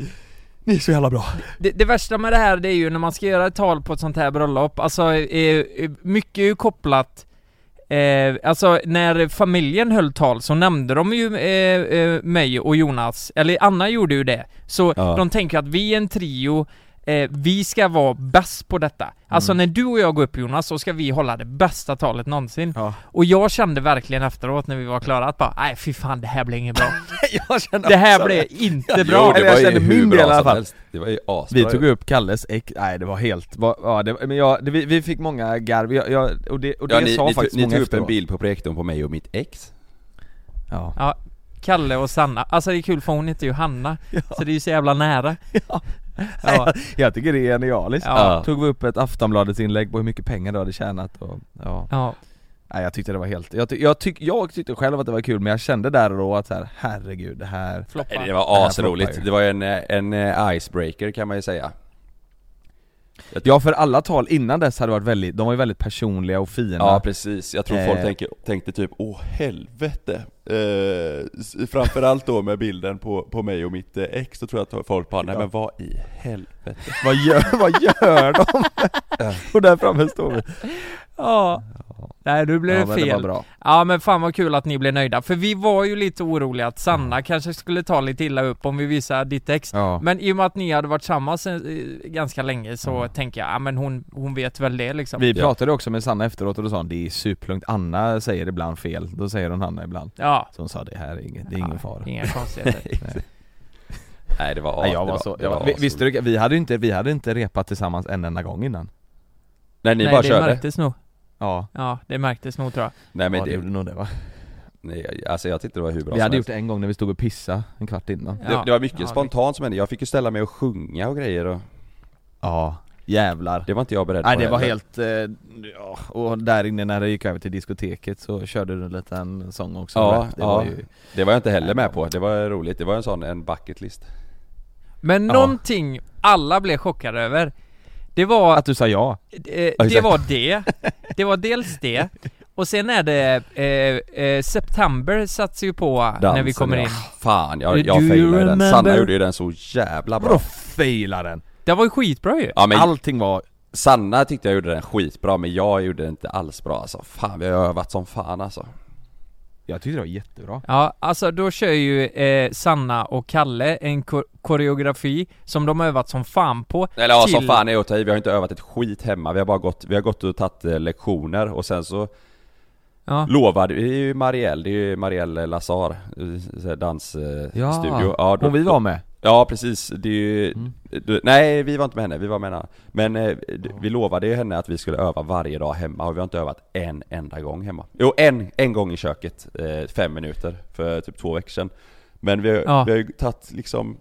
Speaker 2: ni är så jävla bra
Speaker 1: det, det värsta med det här det är ju när man ska göra ett tal på ett sånt här bröllop, alltså eh, eh, mycket är ju kopplat Eh, alltså när familjen höll tal så nämnde de ju eh, eh, mig och Jonas, eller Anna gjorde ju det. Så
Speaker 5: Ja.
Speaker 1: de tänker att vi är en trio, eh, vi ska vara bäst på detta. Alltså när du och jag går upp Jonas så ska vi hålla det bästa talet någonsin.
Speaker 2: Ja.
Speaker 1: Och jag kände verkligen efteråt när vi var klara att bara, nej fy fan det här blir inget bra.
Speaker 2: Jag känner
Speaker 1: det här
Speaker 2: också
Speaker 1: blir inte
Speaker 5: Jo,
Speaker 1: bra.
Speaker 5: det
Speaker 2: Eller jag
Speaker 5: var ju
Speaker 2: kände
Speaker 5: hur
Speaker 2: min
Speaker 5: bra
Speaker 2: del i alla
Speaker 5: som
Speaker 2: fall.
Speaker 5: helst. Det var ju asbra
Speaker 2: Vi tog
Speaker 5: ju.
Speaker 2: upp Kalles ex, nej det var helt, var, ja, det, men jag, det, vi, vi fick många garv, jag, jag, och det, och det
Speaker 5: Ja, ni,
Speaker 2: sa
Speaker 5: ni, tog-
Speaker 2: faktiskt
Speaker 5: ni
Speaker 2: många
Speaker 5: tog upp en
Speaker 2: efteråt.
Speaker 5: bild på projektorn på mig och mitt ex.
Speaker 2: Ja.
Speaker 1: Ja, Kalle och Sanna. Alltså det är kul för hon heter Johanna, så det är ju så jävla nära. Ja.
Speaker 2: Jag tycker det är genialiskt.
Speaker 1: Ja.
Speaker 2: Tog vi upp ett Aftonbladets inlägg på hur mycket pengar du hade tjänat och, ja.
Speaker 1: Ja.
Speaker 2: Nej jag tyckte det var helt, jag, ty, jag, tyck, jag tyckte själv att det var kul men jag kände där och då att så här, herregud det här
Speaker 1: Floppa.
Speaker 5: Nej, Det
Speaker 2: Det
Speaker 5: var
Speaker 2: här
Speaker 5: asroligt.
Speaker 2: floppar ju.
Speaker 5: Det var en, eh, en eh, icebreaker kan man ju säga.
Speaker 2: Ja för alla tal innan dess hade varit väldigt, de var ju väldigt personliga och fina
Speaker 5: Ja precis, jag tror folk
Speaker 2: Eh.
Speaker 5: tänker, tänkte typ åh helvete. Eh, s- framförallt då med bilden på, på mig och mitt eh, ex, så tror jag att folk bara nej men vad i helvete.
Speaker 2: Vad gör, vad gör de? och där framme står vi
Speaker 1: Ja. Nej, nu blev
Speaker 2: Ja
Speaker 1: det
Speaker 2: men det var
Speaker 1: fel.
Speaker 2: bra
Speaker 1: ja, men fan vad kul att ni blev nöjda. För vi var ju lite oroliga att Sanna kanske skulle ta lite illa upp om vi visar ditt ex.
Speaker 2: Ja,
Speaker 1: Men i och med att ni hade varit tillsammans eh, ganska länge så tänker jag, ja men hon, hon vet väl det liksom.
Speaker 2: Mm. vi pratade också med Sanna efteråt och då sa hon det är superlugnt, Anna säger ibland fel, då säger hon Hanna ibland
Speaker 1: Ja.
Speaker 2: Så hon sa det här är ingen, det är ingen
Speaker 1: Ja,
Speaker 2: fara
Speaker 1: Inga konstigheter.
Speaker 2: Nej.
Speaker 5: Nej det var
Speaker 2: Nej, jag
Speaker 5: det
Speaker 2: var så,
Speaker 5: det
Speaker 2: jag var,
Speaker 5: var
Speaker 2: vi-
Speaker 5: as.
Speaker 2: visste du, vi hade ju inte, vi hade inte repat tillsammans en enda gång innan
Speaker 5: Nej ni
Speaker 1: Nej
Speaker 5: bara
Speaker 1: det
Speaker 5: körde?
Speaker 1: märktes nog.
Speaker 2: Ja,
Speaker 1: Ja, det märktes nog tror jag.
Speaker 5: Nej men
Speaker 2: ja, det
Speaker 5: det,
Speaker 2: gjorde nog det va?
Speaker 5: nej, alltså jag tyckte det var hur bra
Speaker 2: Vi
Speaker 5: som
Speaker 2: hade
Speaker 5: helst.
Speaker 2: gjort det en gång när vi stod och pissade en kvart innan
Speaker 5: det,
Speaker 1: Ja.
Speaker 5: det var mycket
Speaker 1: Ja, det-
Speaker 5: spontant som hände, jag fick ju ställa mig och sjunga och grejer och
Speaker 2: Ja, jävlar
Speaker 5: det var inte jag beredd
Speaker 2: Nej
Speaker 5: på
Speaker 2: det var
Speaker 5: heller.
Speaker 2: helt, eh, ja, och där inne när det gick över till diskoteket så körde du en liten sång också
Speaker 5: Ja,
Speaker 2: rap. det var
Speaker 5: ja.
Speaker 2: ju,
Speaker 5: Det var jag inte heller med på, det var roligt, det var en sån, en bucket list
Speaker 1: Men
Speaker 2: Ja.
Speaker 1: någonting alla blev chockade över, det var
Speaker 2: Att du sa ja,
Speaker 1: Eh, det
Speaker 5: exakt.
Speaker 1: var det. Det var dels det. Och sen är det, eh, eh, September satsar ju på när vi
Speaker 5: Dansen,
Speaker 1: kommer
Speaker 5: ja.
Speaker 1: in.
Speaker 5: Fan, jag,
Speaker 1: Do
Speaker 5: jag
Speaker 1: you
Speaker 5: failade den, Sanna
Speaker 1: remember?
Speaker 5: gjorde ju den så jävla bra
Speaker 2: vadå faila den?
Speaker 1: Det var ju skitbra ju.
Speaker 5: Ja men
Speaker 2: Allting var,
Speaker 5: Sanna tyckte jag gjorde den skitbra men jag gjorde den inte alls bra alltså Fan vi har övat som fan alltså
Speaker 2: jag tyckte det var jättebra
Speaker 1: Ja, alltså då kör ju eh, Sanna och Kalle en ko- koreografi som de har övat som fan på.
Speaker 5: Eller ja, som
Speaker 1: till-
Speaker 5: fan är att ta i, vi har inte övat ett skit hemma, vi har bara gått, vi har gått och tagit eh, lektioner och sen så
Speaker 1: Ja.
Speaker 5: lovade vi ju Marielle, det är ju Marielle Lazar, eh, så här dansstudio
Speaker 2: ja och vi var med
Speaker 5: Ja precis, det är ju, du, nej vi var inte med henne, vi var med en annan. Men eh, d- vi lovade ju henne att vi skulle öva varje dag hemma och vi har inte övat en enda gång hemma. Jo en, en gång i köket, eh, fem minuter för typ två veckor sedan. Men vi, har-
Speaker 1: Ja.
Speaker 5: vi har ju tagit liksom,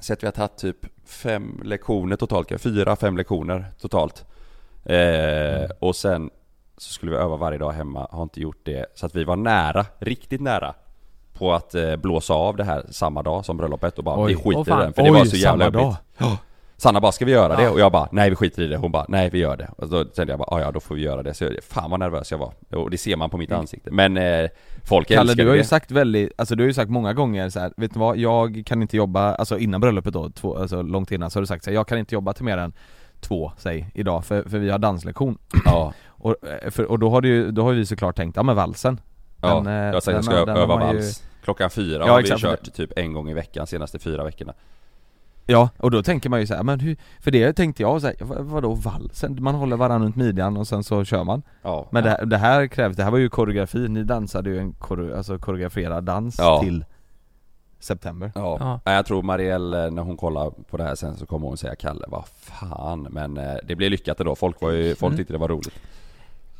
Speaker 5: sett vi har tagit typ fem lektioner totalt, kanske fyra, fem lektioner totalt. Eh, och sen så skulle vi öva varje dag hemma, har inte gjort det. Så att vi var nära, riktigt nära på att eh, blåsa av det här samma dag som bröllopet och bara
Speaker 2: Oj.
Speaker 5: vi skiter
Speaker 1: Åh,
Speaker 5: i
Speaker 1: fan.
Speaker 5: den för det var så
Speaker 2: samma
Speaker 5: jävla
Speaker 2: dag.
Speaker 5: jobbigt. Sanna bara, ska vi göra det?
Speaker 1: Ja.
Speaker 5: Och jag bara, nej vi skiter i det. Hon bara, nej vi gör det. Och då tänkte jag bara, "Ah, ja då får vi göra det. Så jag, fan vad nervös jag var. Och det ser man på mitt ansikte. Men eh, folk
Speaker 2: Mm. Kalle
Speaker 5: älskade
Speaker 2: du har ju
Speaker 5: det.
Speaker 2: sagt väldigt, alltså du har ju sagt många gånger så här, vet du vad, jag kan inte jobba, alltså innan bröllopet då, två, alltså långt innan, så har du sagt så här, jag kan inte jobba till mer än två, säg, idag, för, för vi har danslektion
Speaker 5: Ja,
Speaker 2: Och, eh, för, och då har du ju, då har vi såklart tänkt, ja men valsen
Speaker 5: ja.
Speaker 2: Den, eh,
Speaker 5: jag har sagt att jag
Speaker 2: den har-
Speaker 5: ska
Speaker 2: den har
Speaker 5: öva
Speaker 2: man ju-
Speaker 5: vals. Klockan fyra
Speaker 2: Ja,
Speaker 5: har vi
Speaker 2: exakt.
Speaker 5: kört typ en gång i veckan senaste fyra veckorna.
Speaker 2: Ja, och då tänker man ju så här, men hur, för det tänkte jag så här, vad, vadå valsen? Man håller varandra runt midjan och sen så kör man
Speaker 5: Ja.
Speaker 2: Men det, det här krävs, det här var ju koreografi, ni dansade ju en kore, alltså koreograferad dans
Speaker 5: Ja.
Speaker 2: till September
Speaker 5: Ja.
Speaker 1: Ja.
Speaker 5: Nej, jag tror Marielle, eh, när hon kollar på det här sen så kommer hon säga Kalle, vad fan. Men eh, det blev lyckat ändå, folk, var ju, folk
Speaker 1: Mm.
Speaker 5: tyckte det var roligt.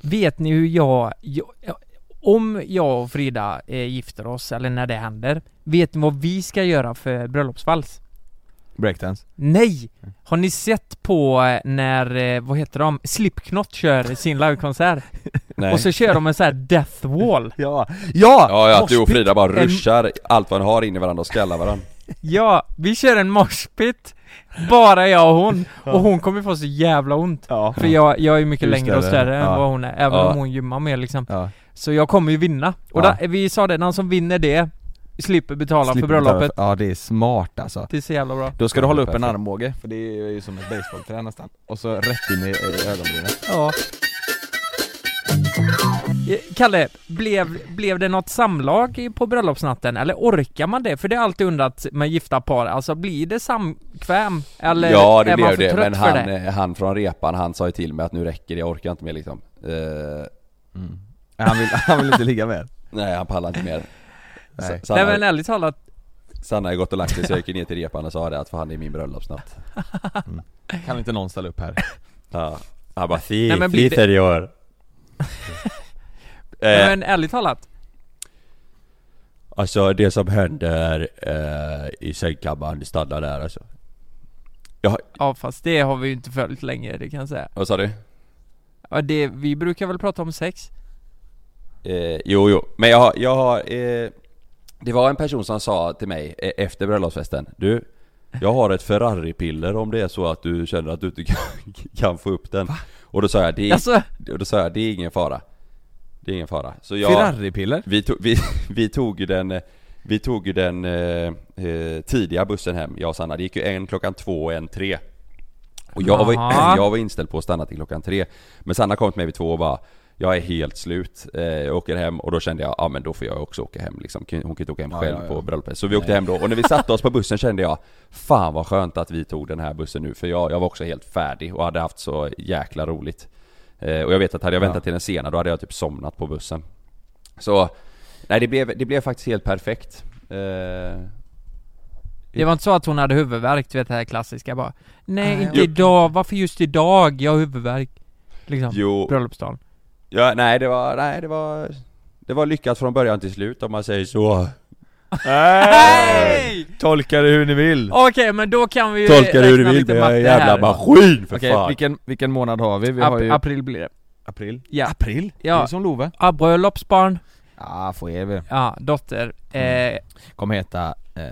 Speaker 1: Vet ni hur jag, jag, jag om jag och Frida eh, gifter oss, eller när det händer, vet ni vad vi ska göra för bröllopsvals?
Speaker 2: Breakdance
Speaker 1: Nej! Har ni sett på eh, när, eh, vad heter de, Slipknot kör sin livekonsert?
Speaker 5: Nej.
Speaker 1: Och så kör de en sån här death wall
Speaker 2: Ja! Ja!
Speaker 5: ja, ja, att du och Frida bara
Speaker 1: Moshpit.
Speaker 5: ruschar allt vad han har in i varandra och skallar varandra.
Speaker 1: Ja, vi kör en moshpit Bara jag och hon Och hon kommer få så jävla ont
Speaker 2: Ja.
Speaker 1: För jag, jag är mycket
Speaker 2: Du är
Speaker 1: längre och
Speaker 2: större.
Speaker 1: större än
Speaker 2: Ja.
Speaker 1: vad hon är Även
Speaker 5: Ja.
Speaker 1: om hon gymmar mer liksom
Speaker 2: Ja.
Speaker 1: Så jag kommer ju vinna Och
Speaker 2: Ja.
Speaker 1: där, vi sa det, den som vinner det Slipper betala
Speaker 2: Slipper
Speaker 1: för bröllopet
Speaker 2: betala för- Ja det är smart alltså
Speaker 1: Det är så jävla bra
Speaker 2: Då ska
Speaker 5: Ja,
Speaker 2: du hålla
Speaker 5: det är
Speaker 2: upp en
Speaker 5: perfekt.
Speaker 2: armbåge, för det är ju som ett basebollträ nästan Och så rätt in i i ögonbrynet
Speaker 1: Ja Eh, Kalle, blev, blev det något samlag i- på bröllopsnatten? Eller orkar man det? För det har alltid undrat med gifta par, alltså blir det samkväm? Eller
Speaker 5: ja, det
Speaker 1: är man
Speaker 5: blev
Speaker 1: för
Speaker 5: det.
Speaker 1: trött
Speaker 5: Men
Speaker 1: för
Speaker 5: han,
Speaker 1: det?
Speaker 5: eh, han från repan, han sa ju till mig att nu räcker det, jag orkar inte mer liksom. Eh,
Speaker 2: han vill, han vill inte ligga med
Speaker 5: nej, han pallar inte mer.
Speaker 2: Nej.
Speaker 5: Sa- Sanna,
Speaker 1: Nej men ärligt talat,
Speaker 5: Sanna har gått och lagt sig så jag gick ner till repan och sa det att för han är min bröllopsnatt.
Speaker 2: Kan inte någon ställa upp här?
Speaker 5: Ja. Han bara, si,
Speaker 1: Nej, men blir det-
Speaker 5: si serior.
Speaker 1: Nej,
Speaker 5: eh,
Speaker 1: men ärligt talat,
Speaker 5: Alltså det som händer eh, i sängkammaren stannar där alltså. Ja,
Speaker 1: ja fast det har vi ju inte följt längre det kan jag säga.
Speaker 5: vad sa du?
Speaker 1: Ja, det, vi brukar väl prata om sex?
Speaker 5: Eh, jo, jo. Men jag har, jag har eh, Det var en person som sa till mig eh, efter bröllopsfesten Du, jag har ett Ferrari-piller om det är så att du känner att du inte kan, kan få upp den. Och då sa jag, det är,
Speaker 1: Alltså,
Speaker 5: då sa jag, det är ingen fara. Det är ingen fara. Så jag,
Speaker 2: Ferraripiller?
Speaker 5: Vi tog, vi, vi tog ju den, eh, vi tog ju den eh, eh, tidiga bussen hem, jag och Sanna. Det gick ju en klockan två och en tre. Och jag var,
Speaker 1: Jaha.
Speaker 5: jag var inställd på att stanna till klockan tre. Men Sanna kom till mig vid två och bara jag är helt slut, eh, jag åker hem och då kände jag, ja ah, men då får jag också åka hem liksom. Hon kan ju inte åka hem
Speaker 2: Ja,
Speaker 5: själv
Speaker 2: ja, ja.
Speaker 5: på bröllopet. Så vi åkte hem då och när vi satte oss på bussen kände jag, fan vad skönt att vi tog den här bussen nu för jag, jag var också helt färdig och hade haft så jäkla roligt. Eh, och jag vet att hade jag väntat till den sena då hade jag typ somnat på bussen. Så, nej det blev, det blev faktiskt helt perfekt. Eh,
Speaker 1: Det var inte så att hon hade huvudvärk, du vet det här klassiska bara Nej
Speaker 2: Nej,
Speaker 1: inte idag, varför just idag? Jag har huvudvärk Liksom,
Speaker 5: Jo,
Speaker 1: bröllopsdagen
Speaker 5: ja, nej det var, nej det var, det var lyckat från början till slut om man säger så. Eh.
Speaker 1: Nej!
Speaker 2: Tolka det hur ni vill!
Speaker 1: Okej men då kan
Speaker 2: Eh,
Speaker 1: vi ju
Speaker 5: Tolka det hur du
Speaker 1: räkna
Speaker 5: vill,
Speaker 1: lite
Speaker 5: men jag är en
Speaker 1: matte
Speaker 5: jävla
Speaker 1: här.
Speaker 5: maskin för
Speaker 2: Okej,
Speaker 5: fan.
Speaker 2: vilken, vilken månad har vi? Vi har
Speaker 1: Ap-
Speaker 2: ju...
Speaker 1: April blir det
Speaker 2: april?
Speaker 1: Ja.
Speaker 2: April?
Speaker 1: Ja.
Speaker 2: Det är som Love?
Speaker 1: ah, Bröllopsbarn,
Speaker 2: Ja, får er vi.
Speaker 1: ja dotter eh,
Speaker 2: Kommer heta eh,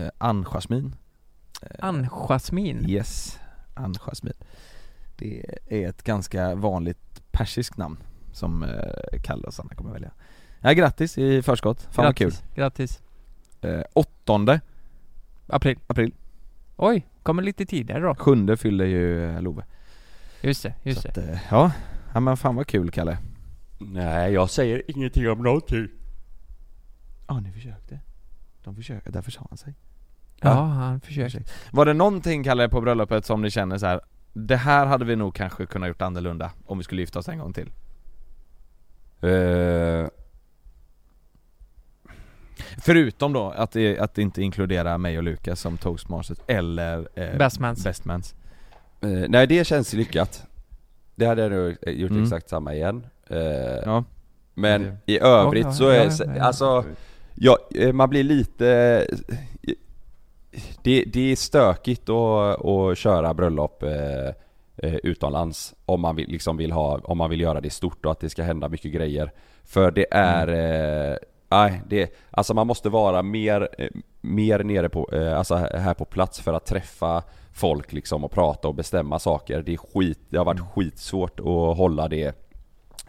Speaker 2: eh, Ann-Jasmin
Speaker 1: Ann-Jasmin
Speaker 2: Yes, Ann-Jasmin Det är ett ganska vanligt persiskt namn som eh, Kalle och Sanna kommer välja Ja, grattis i förskott, fan vad kul
Speaker 1: Grattis, grattis
Speaker 2: eh, Åttonde
Speaker 1: April
Speaker 2: april,
Speaker 1: Oj, kommer lite tidigare då
Speaker 2: sjunde fyller ju eh, Love
Speaker 1: Just det, just
Speaker 2: Så
Speaker 1: det
Speaker 2: att, eh, ja. ja, men fan vad kul Kalle
Speaker 5: Nej, jag säger ingenting om någonting.
Speaker 2: Ja, ni försökte De försökte, därför sa han sig
Speaker 1: Ja, han försöker
Speaker 2: Ursäkta. Var det någonting Kalle på bröllopet som ni känner så här? Det här hade vi nog kanske kunnat gjort annorlunda om vi skulle gifta oss en gång till
Speaker 5: Eh,
Speaker 2: Förutom då att, det- att det inte inkludera mig och Lukas som toastmasters eller eh,
Speaker 1: Bestmans.
Speaker 2: bestmans.
Speaker 5: eh, nej, det känns lyckat. Det hade jag nog eh, gjort
Speaker 2: Mm.
Speaker 5: exakt samma igen. Eh,
Speaker 2: Ja.
Speaker 5: Men
Speaker 2: Det-
Speaker 5: i övrigt
Speaker 1: Ja,
Speaker 5: så
Speaker 1: ja,
Speaker 5: är
Speaker 1: ja,
Speaker 5: s-
Speaker 1: ja, ja.
Speaker 5: alltså, ja, eh, man blir lite... eh, Det, det är stökigt att, att köra bröllop eh, eh, utomlands om man, vill, liksom vill ha, om man vill göra det stort och att det ska hända mycket grejer. För det
Speaker 1: Mm.
Speaker 5: är... eh, Nej, det, alltså man måste vara mer, eh, mer nere på, eh, alltså här här på plats för att träffa folk liksom och prata och bestämma saker. Det, är skit, det har
Speaker 1: Mm.
Speaker 5: varit skitsvårt att hålla det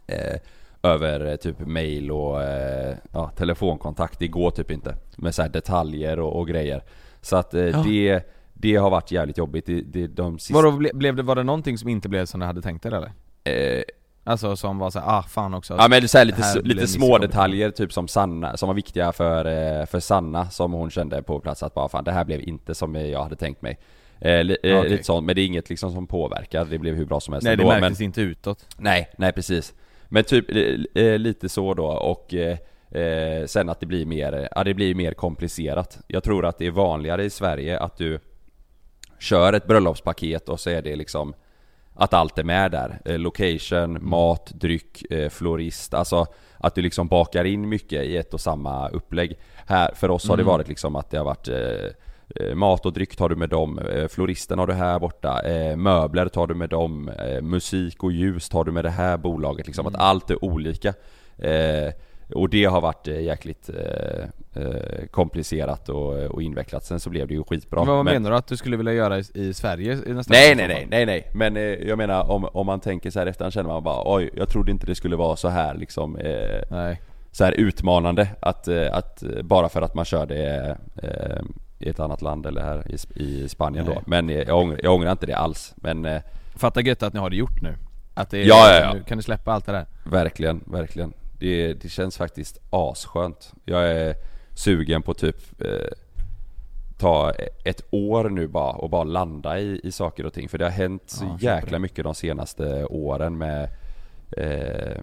Speaker 5: eh, över eh, typ mail och eh, ja, telefonkontakt. Det går typ inte med så här detaljer och, och grejer. Så att eh, det, det har varit jävligt jobbigt. Det, det, de sista,
Speaker 2: Vadå, ble, blev det, var det någonting som inte blev som ni hade tänkt er eller?
Speaker 5: eh,
Speaker 2: Alltså som var såhär, ah fan också
Speaker 5: Ja men så här lite,
Speaker 2: Det här
Speaker 5: s-
Speaker 2: blev
Speaker 5: lite
Speaker 2: misstag.
Speaker 5: små detaljer typ som Sanna, som var viktiga för, eh, för Sanna som hon kände på plats att bara fan det här blev inte som jag hade tänkt mig. Eh, li, eh,
Speaker 2: Okej.
Speaker 5: Lite sånt, men det är inget liksom som påverkar, det blev hur bra som helst
Speaker 2: Nej det
Speaker 5: ändå, men,
Speaker 2: märktes inte utåt
Speaker 5: Nej, nej precis. Men typ eh, eh, lite så då och eh, eh, sen att det blir mer, eh, ja det blir mer komplicerat. Jag tror att det är vanligare i Sverige att du kör ett bröllopspaket och så är det liksom att allt är med där. Eh, Location,
Speaker 2: Mm.
Speaker 5: mat, dryck, eh, florist. Alltså att du liksom bakar in mycket i ett och samma upplägg. Här, för oss har
Speaker 2: Mm.
Speaker 5: det varit liksom att det har varit eh, eh, mat och dryck tar du med dem, eh, floristen har du här borta, eh, möbler tar du med dem, eh, musik och ljus tar du med det här bolaget. Liksom
Speaker 2: Mm.
Speaker 5: att allt är olika. Eh, och det har varit eh, jäkligt eh, eh, komplicerat och, och invecklat. Sen så blev det ju skitbra.
Speaker 2: Men Vad
Speaker 5: Men-
Speaker 2: menar du att du skulle vilja göra i, i Sverige i nästa i
Speaker 5: Nej
Speaker 2: så
Speaker 5: nej nej,
Speaker 2: fall?
Speaker 5: nej nej, men eh, jag menar om, om man tänker så här efterhand känner man bara oj, jag trodde inte det skulle vara så här liksom eh,
Speaker 2: Nej,
Speaker 5: Så här utmanande att, eh, att eh, bara för att man kör det eh, i ett annat land eller här i, Sp- i Spanien
Speaker 2: Nej.
Speaker 5: då Men eh, jag ångrar, jag ångrar inte det alls, men eh,
Speaker 2: fatta gött att ni har det gjort nu Att det är, liksom,
Speaker 5: Ja, ja, ja.
Speaker 2: nu kan ni släppa allt det där
Speaker 5: verkligen, verkligen det, det känns faktiskt asskönt Jag är sugen på typ eh, ta ett år nu bara och bara landa i, i saker och ting För det har hänt så
Speaker 2: Ja, jag köper
Speaker 5: jäkla mycket de senaste åren med eh,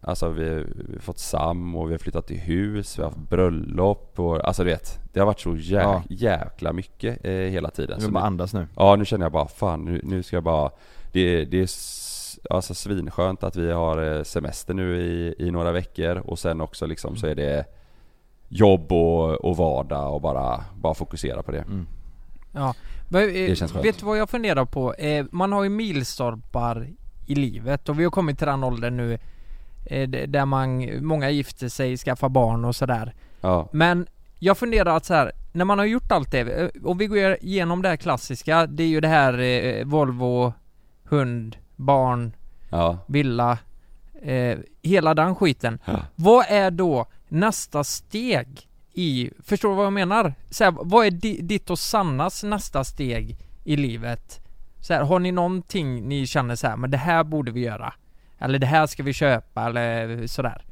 Speaker 5: Alltså vi har fått sam och vi har flyttat till hus, vi har haft bröllop och alltså du vet Det har varit så jä-
Speaker 2: Ja.
Speaker 5: jäkla mycket eh, hela tiden
Speaker 2: Du
Speaker 5: så
Speaker 2: vill bara
Speaker 5: nu,
Speaker 2: andas nu
Speaker 5: Ja nu känner jag bara fan nu, nu ska jag bara Det, det är s- alltså svinskönt att vi har eh, semester nu i, i några veckor och sen också liksom så är det Jobb och, och vardag och bara, bara fokusera på det
Speaker 2: Mm.
Speaker 1: Ja, men, eh,
Speaker 5: Det känns skönt.
Speaker 1: vet du vad jag funderar på? Eh, man har ju milstolpar i livet och vi har kommit till den åldern nu eh, d- där man, många gifter sig, skaffar barn och sådär.
Speaker 5: Ja,
Speaker 1: Men jag funderar att så här, när man har gjort allt det, eh, om vi går igenom det här klassiska, det är ju det här eh, Volvo, hund, barn,
Speaker 5: ja
Speaker 1: villa, eh, hela den skiten.
Speaker 5: Ja.
Speaker 1: Vad är då nästa steg i, förstår du vad jag menar? Så här, vad är di, ditt och Sannas nästa steg i livet? Så här, har ni någonting ni känner så här, men det här borde vi göra? Eller det här ska vi köpa eller sådär?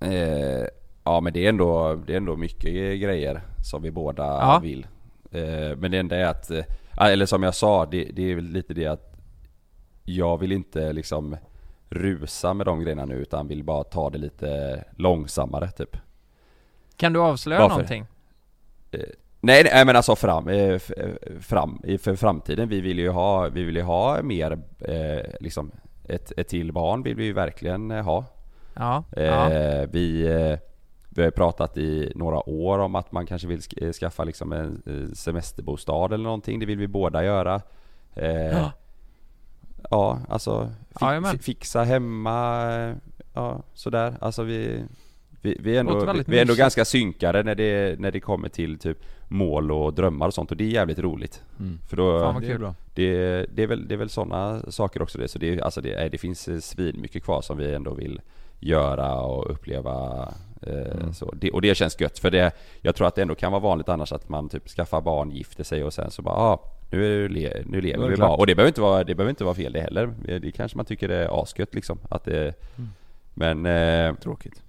Speaker 5: Eh, ja men det är, ändå, det är ändå mycket grejer som vi båda
Speaker 1: Ja.
Speaker 5: vill. Eh, men det enda är att, eh, eller som jag sa, det, det är väl lite det att jag vill inte liksom rusa med de grejerna nu utan vill bara ta det lite långsammare typ.
Speaker 1: Kan du avslöja
Speaker 5: Varför?
Speaker 1: någonting?
Speaker 5: Nej, nej men alltså fram, eh, f- eh, fram, i- för framtiden. Vi vill ju ha, vi vill ju ha mer, eh, liksom ett, ett till barn vill vi ju verkligen eh, ha.
Speaker 1: Ja,
Speaker 5: Eh,
Speaker 1: ja.
Speaker 5: vi, eh, vi har ju pratat i några år om att man kanske vill sk- eh, skaffa liksom en eh, semesterbostad eller någonting. Det vill vi båda göra. Eh,
Speaker 1: Ja.
Speaker 5: ja. alltså fi-
Speaker 1: Jajamän.
Speaker 5: fi- fixa hemma. eh, Ja, sådär. Alltså vi, vi, vi är
Speaker 1: Låter
Speaker 5: ändå, vi,
Speaker 1: väldigt
Speaker 5: vi är ändå
Speaker 1: mysigt.
Speaker 5: ganska synkade när det, när det kommer till typ mål och drömmar och sånt och det är jävligt roligt. För då,
Speaker 1: Fan vad
Speaker 2: Det är
Speaker 1: kul.
Speaker 2: bra.
Speaker 5: det, det är väl, det är väl sådana saker också det. Så det, är- alltså det, är- det finns eh, svin mycket kvar som vi ändå vill göra och uppleva. Eh,
Speaker 2: Mm.
Speaker 5: så. Det, och det känns gött för det, jag tror att det ändå kan vara vanligt annars att man typ skaffar barn, gifter sig och sen så bara ah, nu, är det, le-
Speaker 2: Då
Speaker 5: nu lever
Speaker 2: är det
Speaker 5: vi bara.
Speaker 2: klart.
Speaker 5: Och det behöver, inte vara, det behöver inte vara fel det heller. Eh, Det kanske man tycker är asgött liksom. Att det, Men... Eh,
Speaker 2: Mm. Tråkigt.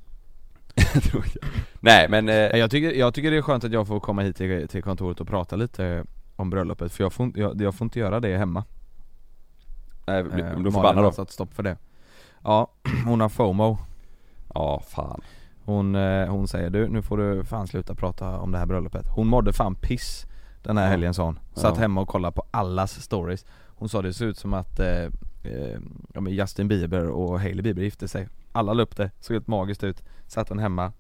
Speaker 5: nej men... Eh,
Speaker 2: Nej, Jag tycker, jag tycker det är skönt att jag får komma hit till, till kontoret och prata lite om bröllopet för jag får, inte- jag, jag får inte göra det hemma. Eh,
Speaker 5: nej, blir blir du
Speaker 2: Malin alltså.
Speaker 5: förbannad
Speaker 2: har
Speaker 5: då?
Speaker 2: satt stopp för det. Ja, hon har FOMO.
Speaker 5: Ja, fan.
Speaker 2: Hon, eh, hon säger du, nu får du fan sluta prata om det här bröllopet. Hon mådde fan piss den här
Speaker 5: Ja.
Speaker 2: helgen sa hon. Satt
Speaker 5: Ja.
Speaker 2: hemma och kollade på allas stories. Hon sa det såg ut som att eh, eh, ja, men Justin Bieber och Hailey Bieber gifte sig. Alla la upp det, såg helt magiskt ut. Satt hon hemma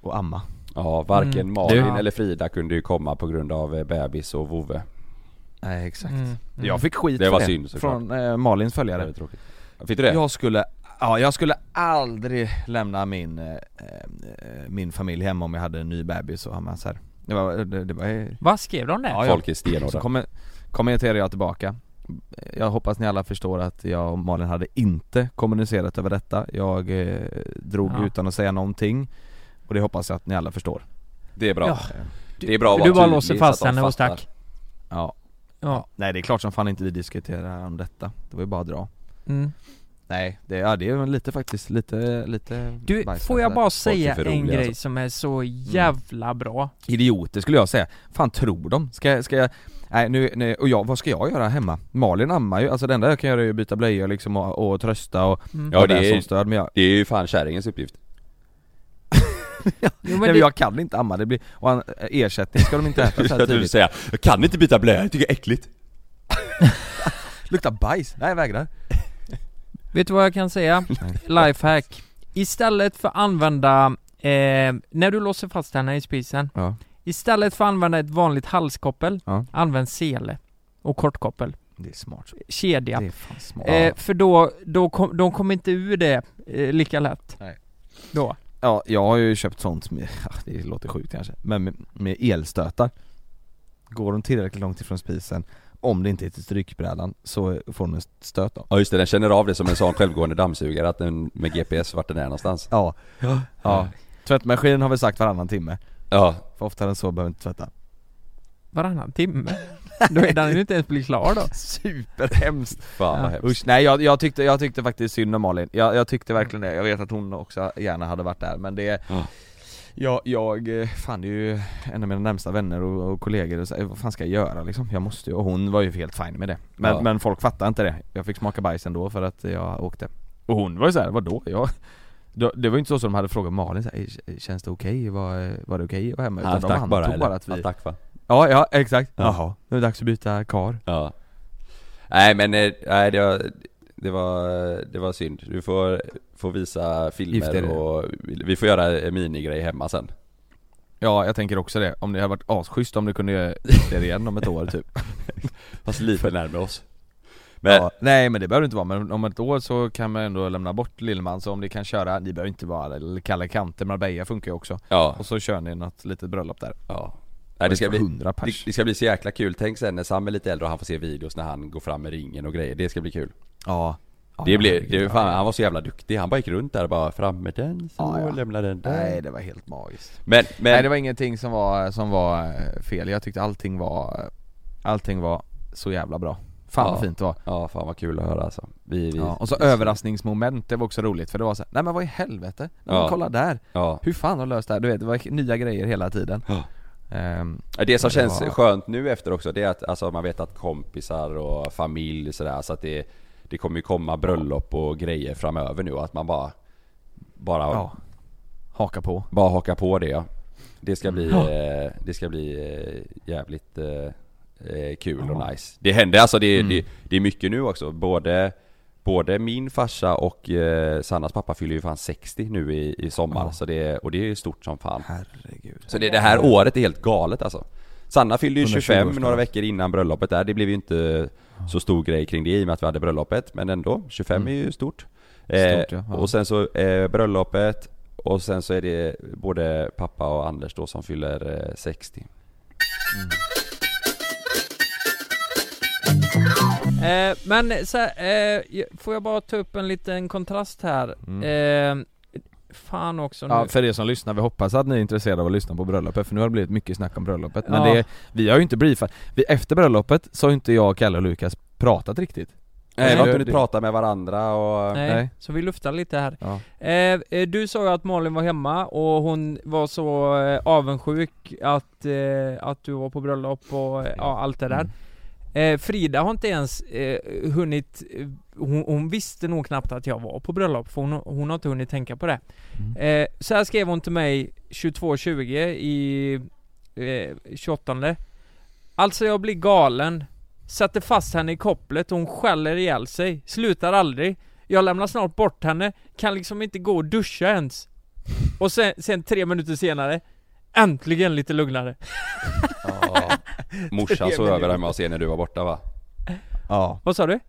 Speaker 2: och amma.
Speaker 5: Ja, varken
Speaker 1: Mm.
Speaker 5: Malin
Speaker 1: Du-
Speaker 5: eller Frida kunde ju komma på grund av eh, bebis och vovve.
Speaker 2: Nej exakt.
Speaker 1: Mm, mm.
Speaker 2: Jag fick skit
Speaker 5: Det
Speaker 2: för
Speaker 5: var synd, såklart.
Speaker 2: från eh, Malins
Speaker 5: Det
Speaker 2: följare.
Speaker 5: är tråkigt. Fick du det?
Speaker 2: Jag skulle, ja jag skulle aldrig lämna min, eh, eh, min familj hemma om jag hade en ny bebis och amma så här. Det var, det, det var
Speaker 1: Vad skrev de det?
Speaker 2: Ja,
Speaker 5: Folk är
Speaker 2: Så
Speaker 5: stenhårda.
Speaker 2: kommer, kommenterar jag tillbaka Jag hoppas ni alla förstår att jag och Malin hade inte kommunicerat över detta Jag eh, drog
Speaker 1: Ja.
Speaker 2: utan att säga någonting Och det hoppas jag att ni alla förstår
Speaker 5: Det är bra.
Speaker 1: Ja.
Speaker 5: Det är bra att
Speaker 1: Du
Speaker 5: vara
Speaker 1: bara
Speaker 5: tydlig
Speaker 1: låser
Speaker 5: så att
Speaker 1: fast
Speaker 5: de
Speaker 1: henne och
Speaker 5: fattar.
Speaker 1: stack.
Speaker 2: Ja
Speaker 1: Ja.
Speaker 2: Nej det är klart som fan inte vi diskuterar om detta Det var ju bara att dra
Speaker 1: Mm.
Speaker 2: Nej, det, ja, det är väl lite faktiskt, lite, lite
Speaker 1: Du,
Speaker 2: bajs
Speaker 1: får
Speaker 2: här
Speaker 1: jag
Speaker 2: för
Speaker 1: bara
Speaker 5: är
Speaker 1: säga
Speaker 5: för
Speaker 1: en
Speaker 5: roliga,
Speaker 1: grej
Speaker 5: alltså.
Speaker 1: som är så jävla bra?
Speaker 2: det. Idioter skulle jag säga, fan tror de? Ska, jag- ska jag, nej nu, nej, och jag, vad ska jag göra hemma? Malin ammar ju, alltså det enda jag kan göra är ju att byta blöjor liksom och, och trösta och
Speaker 1: Mm.
Speaker 5: Ja,
Speaker 2: vara
Speaker 5: det
Speaker 2: där
Speaker 5: är-
Speaker 2: som stöd men jag,
Speaker 5: Det är ju fan kärringens uppgift.
Speaker 1: Jo,
Speaker 2: Nej,
Speaker 1: men
Speaker 2: men
Speaker 1: det,
Speaker 2: jag kan inte amma, det blir, och han, eh, ersättning ska de inte äta så här
Speaker 5: Jag vill
Speaker 2: tidigt
Speaker 5: säga, jag kan inte byta blöja, jag tycker det är äckligt.
Speaker 2: Luktar bajs, nej jag vägrar
Speaker 1: vet du vad jag kan säga? Lifehack. Istället för att använda, eh, när du låser fast henne i spisen,
Speaker 2: Ja,
Speaker 1: istället för att använda ett vanligt halskoppel,
Speaker 2: Ja.
Speaker 1: använd sele och kortkoppel.
Speaker 2: det är smart så.
Speaker 1: Kedja.
Speaker 2: Det är fan smart
Speaker 1: Eh, för då, då kom, de kommer inte ur det eh, lika lätt.
Speaker 2: Nej.
Speaker 1: Då.
Speaker 2: Ja, jag har ju köpt sånt med, ja, det låter sjukt kanske, men med, med elstötar Går de tillräckligt långt ifrån spisen, om det inte är till strykbrädan, så får de en stöt då
Speaker 5: Ja just det, den känner av det som en sån självgående dammsugare, att den med GPS vart den är någonstans.
Speaker 2: Ja, ja Tvättmaskin har vi sagt varannan timme,
Speaker 5: Ja,
Speaker 2: för oftare än så behöver vi inte tvätta
Speaker 1: Varannan timme. Då är den ju inte ens bli klar då.
Speaker 2: Superhemskt!
Speaker 5: fan vad hemskt.
Speaker 2: Usch, nej jag, jag, tyckte, jag tyckte faktiskt synd om Malin, jag, jag tyckte verkligen det, jag vet att hon också gärna hade varit där men det
Speaker 5: Ja.
Speaker 2: Jag, jag, eh, fan det är ju en av mina närmsta vänner och, och kollegor och så, eh, vad fan ska jag göra liksom? Jag måste ju, och hon var ju helt fin med det Men,
Speaker 5: Ja.
Speaker 2: men folk fattar inte det, jag fick smaka bajs ändå för att jag åkte Och hon var ju såhär, vadå? Jag, då- det var ju inte så som de hade frågat Malin så här, "Eh, känns det okej? Var, var det okej att vara hemma? Utan
Speaker 5: Han
Speaker 2: de
Speaker 5: stack
Speaker 2: antog
Speaker 5: bara
Speaker 2: bara,
Speaker 5: eller?
Speaker 2: att
Speaker 5: Han
Speaker 2: vi
Speaker 5: stack va?
Speaker 2: Ja, ja exakt,
Speaker 5: Ja.
Speaker 2: jaha, nu är det dags att byta kar
Speaker 5: Ja. Nej men, eh, nej det var, det var, det var synd. Du får, får visa
Speaker 2: Gift är
Speaker 5: filmer
Speaker 2: det.
Speaker 5: och vi får göra en minigrej hemma sen.
Speaker 2: Ja, jag tänker också det. Om det hade varit asschysst om du kunde göra det igen om ett år typ
Speaker 5: Fast lite närmare oss. Men,
Speaker 2: ja, Nej men det behöver det inte vara, men om ett år så kan man ändå lämna bort Lillman så om ni kan köra, ni behöver inte vara eller kalla kanter, Marbella funkar ju också
Speaker 5: ja.
Speaker 2: Och så kör ni något litet bröllop där
Speaker 5: Ja. Nej, det, ska bli,
Speaker 2: 100
Speaker 5: det,
Speaker 2: pers
Speaker 5: det ska bli så jäkla kul. Tänk sen när Sam är lite äldre och han får se videos när han går fram med ringen och grejer. Det ska bli kul.
Speaker 2: Ja Ja,
Speaker 5: Det blir,
Speaker 2: herregud,
Speaker 5: det, fan,
Speaker 2: ja.
Speaker 5: han var så jävla duktig. Han bara gick runt där och bara fram med den så,
Speaker 2: Ja, ja.
Speaker 5: lämna den där.
Speaker 2: Nej det var helt magiskt
Speaker 5: Men, men
Speaker 2: Nej det var ingenting som var, som var eh, fel, jag tyckte allting var Allting var så jävla bra Fan vad
Speaker 5: Ja.
Speaker 2: fint det var
Speaker 5: Ja fan vad kul att höra alltså. Vi, vi,
Speaker 2: ja, Och så
Speaker 5: vi-
Speaker 2: överraskningsmoment, det var också roligt för det var så här, nej men vad i helvete? Nej, men
Speaker 5: Ja.
Speaker 2: kolla där!
Speaker 5: Ja.
Speaker 2: Hur fan har de löst det här? Du vet, det var nya grejer hela tiden
Speaker 5: Ja.
Speaker 2: Ehm,
Speaker 5: Det
Speaker 2: Ja,
Speaker 5: som
Speaker 2: det
Speaker 5: känns
Speaker 2: var-
Speaker 5: skönt nu efter också det är att alltså, man vet att kompisar och familj sådär så att det, det kommer ju komma bröllop och grejer framöver nu och att man bara bara,
Speaker 2: Ja Haka på
Speaker 5: bara hakar på det ja. Det
Speaker 2: Mm.
Speaker 5: ska bli, eh, det ska bli eh, jävligt eh, eh, kul och nice. Det händer alltså, det,
Speaker 2: Mm.
Speaker 5: det, det är mycket nu också. Både, både min farsa och eh, Sannas pappa fyller ju fan 60 nu i, i sommar. Så det, och det är ju stort som fan.
Speaker 2: Herregud.
Speaker 5: typ. Så det, det här året är helt galet alltså. Sanna fyllde ju 25
Speaker 2: 120-årsdag.
Speaker 5: några veckor innan bröllopet där. Det blev ju inte så stor grej kring det i och med att vi hade bröllopet. Men ändå, 25 är ju stort.
Speaker 2: Mm. Stort,
Speaker 5: eh,
Speaker 2: ja. Ja.
Speaker 5: Och sen så eh, bröllopet och sen så är det både pappa och Anders då som fyller eh, 60.
Speaker 1: Eh, men så här, eh, jag- får jag bara ta upp en liten kontrast här?
Speaker 2: Mm.
Speaker 1: Eh, fan också nu.
Speaker 2: Ja, för er som lyssnar, vi hoppas att ni är intresserade av att lyssna på bröllopet för nu har det blivit mycket snack om bröllopet Men
Speaker 1: Ja.
Speaker 2: det, vi har ju inte briefat, vi, efter bröllopet så har ju inte jag, Kalle och Lukas pratat riktigt
Speaker 5: Nej, vi har
Speaker 2: det-
Speaker 5: inte hunnit
Speaker 2: det-
Speaker 5: prata med varandra och...
Speaker 1: Nej,
Speaker 2: nej.
Speaker 1: så vi luftar lite här.
Speaker 2: Ja.
Speaker 1: Eh, eh, du sa ju att Malin var hemma och hon var så eh, avundsjuk att, eh, att du var på bröllop och eh, ja, allt det där. Eh, Frida har inte ens eh, hunnit, eh, hon, hon visste nog knappt att jag var på bröllop för hon, hon har inte hunnit tänka på det.
Speaker 2: Mm.
Speaker 1: Eh, så här skrev hon till mig 22.20 i eh, 28 Alltså jag blir galen. Sätter fast henne i kopplet och hon skäller ihjäl sig. Slutar aldrig. Jag lämnar snart bort henne. Kan liksom inte gå och duscha ens. Och sen, sen tre minuter senare. Äntligen lite lugnare.
Speaker 5: Ja. Morsan
Speaker 1: Det är
Speaker 5: sov
Speaker 1: väl
Speaker 5: över
Speaker 1: det.
Speaker 5: hemma hos er när du var borta va?
Speaker 2: Ja.
Speaker 1: Vad sa du?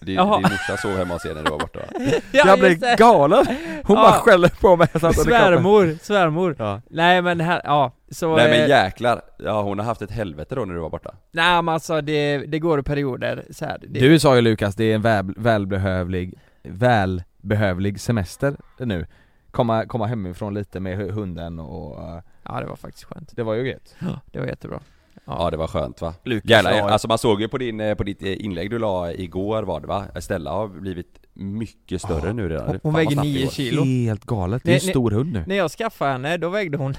Speaker 5: Din, din
Speaker 1: Jaha.
Speaker 5: morsa sov hemma hos er när du var borta va?
Speaker 1: Ja,
Speaker 2: Jag
Speaker 1: just det.
Speaker 2: blev galen! Hon
Speaker 1: Ja.
Speaker 2: bara skäller på mig så att hon är kapad.
Speaker 1: Svärmor, svärmor.
Speaker 2: Ja.
Speaker 1: Nej men här, ja. Så,
Speaker 5: Nej
Speaker 1: eh,
Speaker 5: men jäklar, ja hon har haft ett helvete då när du var borta.
Speaker 1: nej men alltså det, det går i perioder så här. Det,
Speaker 2: Du sa ju Lukas, det är en väl, välbehövlig, välbehövlig semester nu Komma, komma hemifrån lite med hu- hunden och, eh,
Speaker 1: Ja det var faktiskt skönt.
Speaker 2: det var ju gött
Speaker 1: Det var jättebra.
Speaker 5: Ja det var skönt va? Jävlar, alltså man såg ju på, din, eh, på ditt eh, inlägg du la igår var det va? Stella har blivit mycket större nu redan. Fan,
Speaker 1: Hon
Speaker 5: vad
Speaker 1: väger
Speaker 5: snabbt det
Speaker 1: 9
Speaker 5: går.
Speaker 1: kilo.
Speaker 2: Helt galet, det är
Speaker 1: Nej,
Speaker 2: en stor hund nu
Speaker 1: När jag skaffade henne, då vägde hon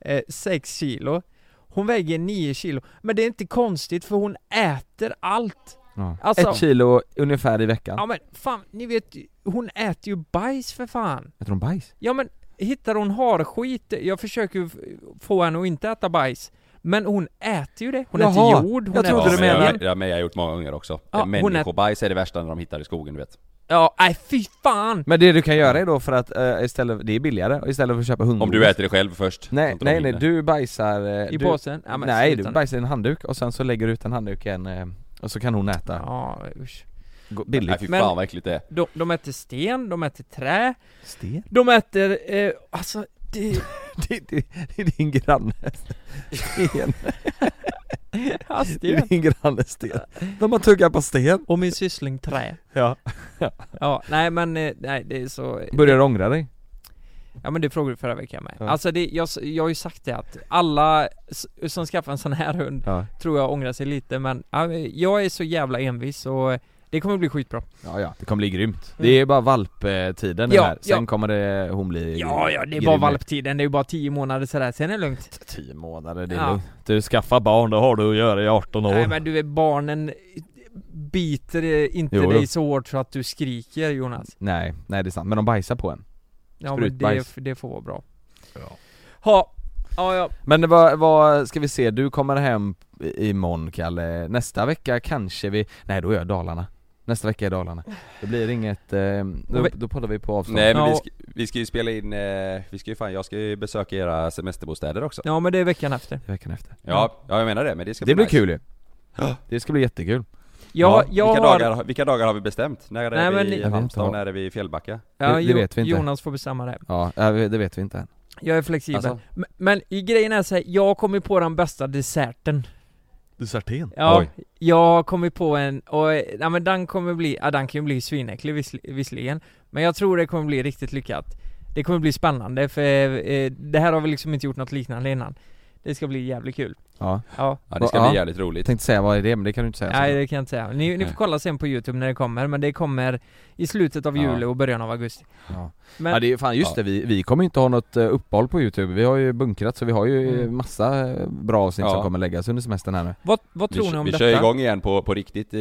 Speaker 1: eh, 6 kilo Hon väger 9 kilo Men det är inte konstigt för hon äter allt
Speaker 2: ja.
Speaker 1: Alltså-
Speaker 2: Ett kilo ungefär i veckan
Speaker 1: Ja men fan, ni vet ju, hon äter ju bajs för fan
Speaker 2: Äter hon bajs?
Speaker 1: Ja men, hittar hon harskit, jag försöker ju f- få henne att inte äta bajs Men hon äter ju det, hon
Speaker 2: Jaha,
Speaker 1: äter jord, hon
Speaker 2: jag
Speaker 1: äter
Speaker 2: trodde
Speaker 5: Ja,
Speaker 2: du
Speaker 5: men
Speaker 2: menade-
Speaker 5: jag, jag, men jag har gjort många gånger också.
Speaker 1: Ja, hon är-
Speaker 5: Människobajs är det värsta när de hittar i skogen du vet.
Speaker 1: Ja, nej fy fan!
Speaker 2: Men det du kan göra är då för att eh, istället, det är billigare, och istället för att köpa hundgodis
Speaker 5: Om du äter det själv först. så
Speaker 2: Nej,
Speaker 5: inte de
Speaker 2: nej, nej,
Speaker 5: hinner.
Speaker 2: du bajsar... eh,
Speaker 1: I
Speaker 2: du,
Speaker 1: påsen? Ja, men
Speaker 2: nej,
Speaker 1: sluta
Speaker 2: du
Speaker 1: nu.
Speaker 2: bajsar i en handduk och sen så lägger du ut en handduk i en, eh, och så kan hon äta
Speaker 1: Ja, usch.
Speaker 2: Gå-
Speaker 5: Nej
Speaker 2: billigt
Speaker 5: fy
Speaker 1: Men-
Speaker 5: fan vad äckligt det är.
Speaker 1: De, de äter sten, de äter trä,
Speaker 2: Sten?
Speaker 1: de äter, eh, alltså det,
Speaker 2: Det, det, det är din granne Sten, det
Speaker 1: hastigheten
Speaker 2: är din granne Sten De har tuggat på sten
Speaker 1: Och min syssling trä
Speaker 2: Ja
Speaker 1: Ja, nej men eh, nej det är så
Speaker 2: Börjar du ångra dig?
Speaker 1: Ja men det frågade du förra veckan med
Speaker 2: Ja.
Speaker 1: Alltså det, jag, s- jag har ju sagt det att alla s- som skaffar en sån här hund
Speaker 2: Ja
Speaker 1: tror jag ångrar sig lite men ja, jag är så jävla envis och eh, det kommer bli skitbra
Speaker 2: Ja, ja. det kommer bli grymt Det är bara valptiden
Speaker 1: Mm. Ja,
Speaker 2: ja, här, sen
Speaker 1: ja.
Speaker 2: kommer det, hon bli
Speaker 1: Ja ja, det är
Speaker 2: grym.
Speaker 1: bara valptiden, det är ju bara 10 månader sådär, sen är det lugnt
Speaker 2: Tio månader, det är
Speaker 1: Ja.
Speaker 2: lugnt Du skaffar barn, då har du att göra i 18 år
Speaker 1: Nej men du är barnen biter eh, inte
Speaker 2: Jo, jo.
Speaker 1: dig så hårt så att du skriker Jonas
Speaker 2: nej, nej det är sant, men de bajsar på en
Speaker 1: Ja men det,
Speaker 2: Sprutbajs.
Speaker 1: det får vara bra Ja Ja, ja.
Speaker 2: Men vad, vad ska vi se, du kommer hem i- imorgon Kalle, nästa vecka kanske vi, nej då är jag Dalarna Nästa vecka är Dalarna Det blir inget, eh, då, då poddar vi på avstånd
Speaker 5: Nej men
Speaker 1: Ja.
Speaker 5: vi, ska, vi ska ju spela in, eh, vi ska ju fan, jag ska ju besöka era semesterbostäder också. Ja,
Speaker 1: ja men det är veckan efter
Speaker 2: veckan efter
Speaker 5: ja, jag menar det men det ska
Speaker 2: Det
Speaker 5: bli
Speaker 2: blir
Speaker 5: nice.
Speaker 2: kul ju Det ska bli jättekul
Speaker 1: Jag, jag
Speaker 5: vilka,
Speaker 1: har...
Speaker 5: dagar, vilka dagar har vi bestämt? När är
Speaker 1: Nej, men-
Speaker 5: vi
Speaker 1: Jag
Speaker 5: i
Speaker 2: vet inte.
Speaker 5: Halmstad och när är vi i Fjällbacka?
Speaker 1: Ja,
Speaker 2: Det- det
Speaker 1: Jo-
Speaker 2: vet vi inte.
Speaker 1: Jonas får bestämma det.
Speaker 2: Ja, eh, vi- det vet vi inte än
Speaker 1: Jag är flexibel.
Speaker 5: Alltså?
Speaker 1: Men, men i grejen är så här, jag har kommit på den bästa desserten.
Speaker 2: Desserten?
Speaker 1: Ja,
Speaker 5: Oj.
Speaker 1: jag har kommit på en och, eh, ja, men den kommer bli, ja den kan ju bli svinäcklig vissl- visserligen. Men jag tror det kommer bli riktigt lyckat. Det kommer bli spännande för eh, det här har vi liksom inte gjort något liknande innan. Det ska bli jävligt kul.
Speaker 2: Ja,
Speaker 1: Ja,
Speaker 5: Ja det ska
Speaker 2: Ja.
Speaker 5: bli jävligt roligt.
Speaker 2: jag tänkte säga vad är det, men det kan du inte säga
Speaker 1: nej det kan jag inte säga. Ni, ni får kolla sen på youtube när det kommer, men det kommer i slutet av
Speaker 2: Ja.
Speaker 1: juli och början av augusti.
Speaker 2: ja.
Speaker 1: Men,
Speaker 2: ja det är fan just det,
Speaker 5: Ja.
Speaker 2: vi, vi kommer inte ha något eh, uppehåll på youtube, vi har ju bunkrat så vi har ju
Speaker 1: Mm.
Speaker 2: massa eh, bra avsnitt
Speaker 5: Ja.
Speaker 2: som kommer läggas under semestern här nu
Speaker 1: vad, vad
Speaker 5: Vi,
Speaker 1: tror ni om
Speaker 5: vi
Speaker 1: detta?
Speaker 5: kör igång igen på, på riktigt, eh,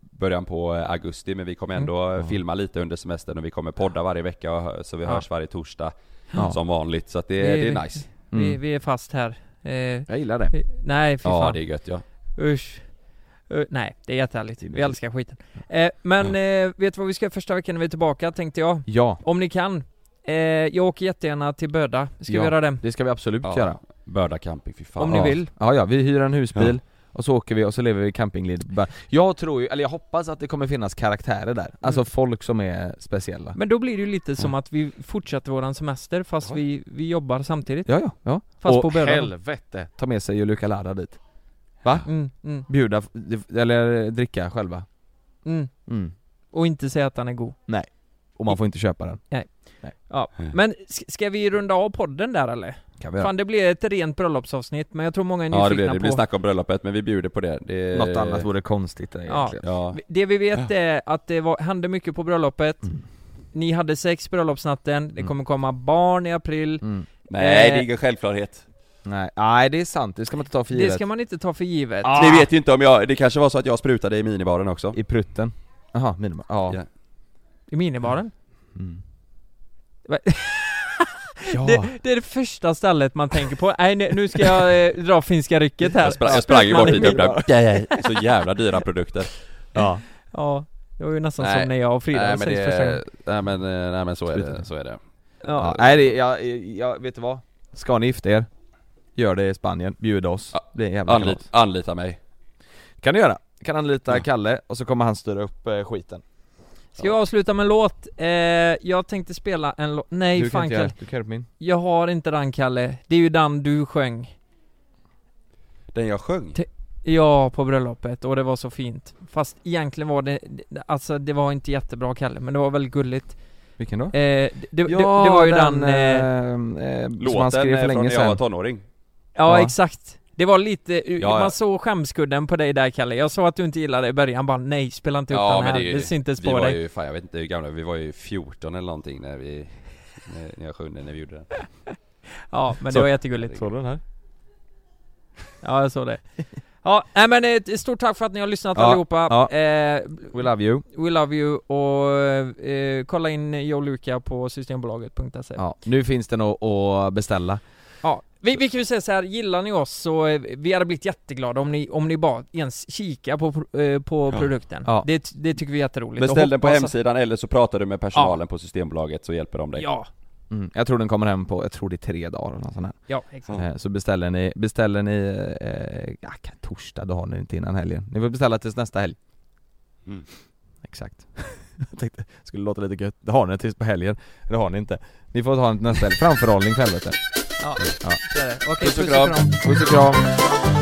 Speaker 5: början på eh, augusti, men vi kommer ändå eh, filma lite under semestern och vi kommer podda varje vecka, och hö- så vi
Speaker 1: Mm. Ja.
Speaker 5: hörs varje torsdag
Speaker 2: Ja.
Speaker 5: som vanligt. Så att det, det är nice.
Speaker 1: Vi,
Speaker 2: Mm.
Speaker 1: vi är fast här. Eh,
Speaker 2: Jag gillar det.
Speaker 1: eh, nej, fy
Speaker 5: Ja,
Speaker 1: fan.
Speaker 5: det är gött ja.
Speaker 1: Usch. Uh, nej, det är jättehärligt. Vi
Speaker 5: mysigt.
Speaker 1: älskar skiten. Eh, men eh, vet du vad vi ska första veckan när vi är tillbaka, tänkte jag?
Speaker 2: Ja,
Speaker 1: Om ni kan. Eh, jag åker jättegärna till Böda. Ska
Speaker 2: Ja.
Speaker 1: vi göra det?
Speaker 2: det ska vi absolut
Speaker 5: Ja.
Speaker 2: göra.
Speaker 5: Börda camping, fy fan.
Speaker 1: Om ni
Speaker 2: ja.
Speaker 5: Ja.
Speaker 1: vill.
Speaker 2: Ja, ja, vi hyr en husbil och så åker vi och så lever vi campingliv. Bara- Jag tror ju, eller jag hoppas att det kommer finnas karaktärer
Speaker 1: Mm.
Speaker 2: där. Alltså folk som är speciella.
Speaker 1: Men då blir det ju lite som att vi fortsätter våran semester fast vi, vi jobbar samtidigt.
Speaker 2: Ja, ja, ja.
Speaker 1: Fast
Speaker 2: och
Speaker 1: på Böda.
Speaker 2: helvete, ta med sig Juluka Ladda dit.
Speaker 1: Mm, mm,
Speaker 2: Bjuda, eller dricka själva.
Speaker 1: mm.
Speaker 2: Mm.
Speaker 1: Och inte säga att han är god.
Speaker 2: Och man får inte köpa den.
Speaker 1: Ja.
Speaker 5: Mm.
Speaker 1: Men s- ska vi runda av podden där eller?
Speaker 2: Kan vi göra.
Speaker 1: Fan det blir ett rent bröllopsavsnitt men jag tror många är nyfikna
Speaker 5: Ja det blir,
Speaker 1: på...
Speaker 5: det blir snack om bröllopet, men vi bjuder på det. det
Speaker 2: Något
Speaker 1: Eh.
Speaker 2: annat vore konstigt egentligen.
Speaker 5: Ja.
Speaker 1: Det vi vet är att det var, hände mycket på bröllopet
Speaker 2: Mm.
Speaker 1: Ni hade sex bröllopsnatten, det
Speaker 2: Mm.
Speaker 1: kommer komma barn i april
Speaker 2: Mm.
Speaker 5: Nej,
Speaker 1: Eh.
Speaker 5: det är ingen självklarhet.
Speaker 2: Nej. Nej, det är sant. Det ska man inte ta för givet.
Speaker 1: Det ska man inte ta för givet
Speaker 2: Ah.
Speaker 5: Ni vet ju inte om jag, det kanske var så att jag sprutade i minibaren också.
Speaker 2: I prutten. Jaha, minimum. Ja.
Speaker 5: Ja.
Speaker 1: I minibaren
Speaker 2: Mm.
Speaker 1: Va-
Speaker 2: ja.
Speaker 1: det, det är det första stället man tänker på, nej nu, nu ska jag eh, dra finska rycket här
Speaker 5: Jag, spra, jag sprang ju bort
Speaker 1: Man i
Speaker 5: dit och öppnade. Så jävla dyra produkter.
Speaker 2: ja.
Speaker 1: Ja, det var ju nästan
Speaker 5: Nej.
Speaker 1: som när jag och Frida
Speaker 5: Nej
Speaker 1: hade
Speaker 5: men,
Speaker 1: sex första gången
Speaker 5: det, nej, men, eh, nej men så är
Speaker 2: Sprutar.
Speaker 5: det, så är det.
Speaker 1: ja.
Speaker 2: Nej, det, jag, jag, vet du vad? Ska ni gifta er? Gör det i Spanien, bjud oss.
Speaker 5: Ja.
Speaker 2: Det är en jävla
Speaker 5: Anlita,
Speaker 2: kalas.
Speaker 5: anlita mig.
Speaker 2: Kan du göra. Kan anlita Kalle och så kommer han styra upp eh, skiten.
Speaker 1: Ska vi avsluta med en låt? Eh, jag tänkte spela en låt, nej
Speaker 2: du, kan
Speaker 1: fan
Speaker 2: inte göra,
Speaker 1: Kalle
Speaker 2: du kan göra på min.
Speaker 1: Jag har inte den Kalle, det är ju den du sjöng
Speaker 5: Den jag sjöng?
Speaker 1: Ja, på bröllopet och det var så fint. Fast egentligen var det, det- alltså det var inte jättebra Kalle, men det var väldigt gulligt.
Speaker 2: Vilken då?
Speaker 1: Eh, det, det, det var ju den, eh,
Speaker 2: eh, eh, som han
Speaker 5: Låten
Speaker 2: skrev
Speaker 5: eh,
Speaker 2: för
Speaker 5: från
Speaker 2: länge
Speaker 5: när jag var
Speaker 2: sedan.
Speaker 5: tonåring.
Speaker 1: ja
Speaker 2: ja.
Speaker 1: exakt. Det var lite,
Speaker 5: Ja, ja.
Speaker 1: man såg skämskudden på dig där Kalle. Jag sa att du inte gillade det i början, bara nej spela inte upp den här, det, syntes
Speaker 5: vi
Speaker 1: på
Speaker 5: var
Speaker 1: dig.
Speaker 5: ju, fan jag vet inte hur gamla, vi var ju 14 eller någonting när vi, när, när jag sjöng den, när vi gjorde den.
Speaker 1: Ja, men
Speaker 5: Så-
Speaker 1: det var jättegulligt.
Speaker 2: du den här?
Speaker 1: Ja, jag såg det. Ja, nej men eh, ett stort tack för att ni har lyssnat
Speaker 2: Ja,
Speaker 1: allihopa.
Speaker 2: ja.
Speaker 1: Eh,
Speaker 2: We love you.
Speaker 1: we love you och eh, kolla in Joe Luca på systembolaget.se.
Speaker 2: Ja. Nu finns det nog att beställa.
Speaker 1: Ja, vi, vi kan ju säga så här, gillar ni oss så eh, vi hade blivit jätteglada om ni, om ni bara ens kika på, pro- eh, på produkten.
Speaker 2: Ja.
Speaker 1: Det, det tycker vi är jätteroligt.
Speaker 5: Beställ
Speaker 1: Och
Speaker 5: den på
Speaker 1: hoppas-
Speaker 5: hemsidan eller så pratar du med personalen på Systembolaget så hjälper de dig.
Speaker 1: Ja,
Speaker 2: Mm. Jag tror den kommer hem på, jag tror det är tre dagar eller något sånt här.
Speaker 1: ja exakt.
Speaker 2: Eh, Så beställer ni, beställer ni, eh, ja, kan- torsdag, då har ni inte innan helgen. Ni får beställa tills nästa helg.
Speaker 5: Mm.
Speaker 2: Exakt. Jag tänkte, skulle låta lite gött. Det har ni tills på helgen. Det har ni inte. Ni får ha den till nästa helg. Framförhållning för helvete.
Speaker 1: Ja.
Speaker 2: Ja.
Speaker 1: Så är det. Okej,
Speaker 5: Puss och
Speaker 1: puss och kram.
Speaker 2: Puss och kram.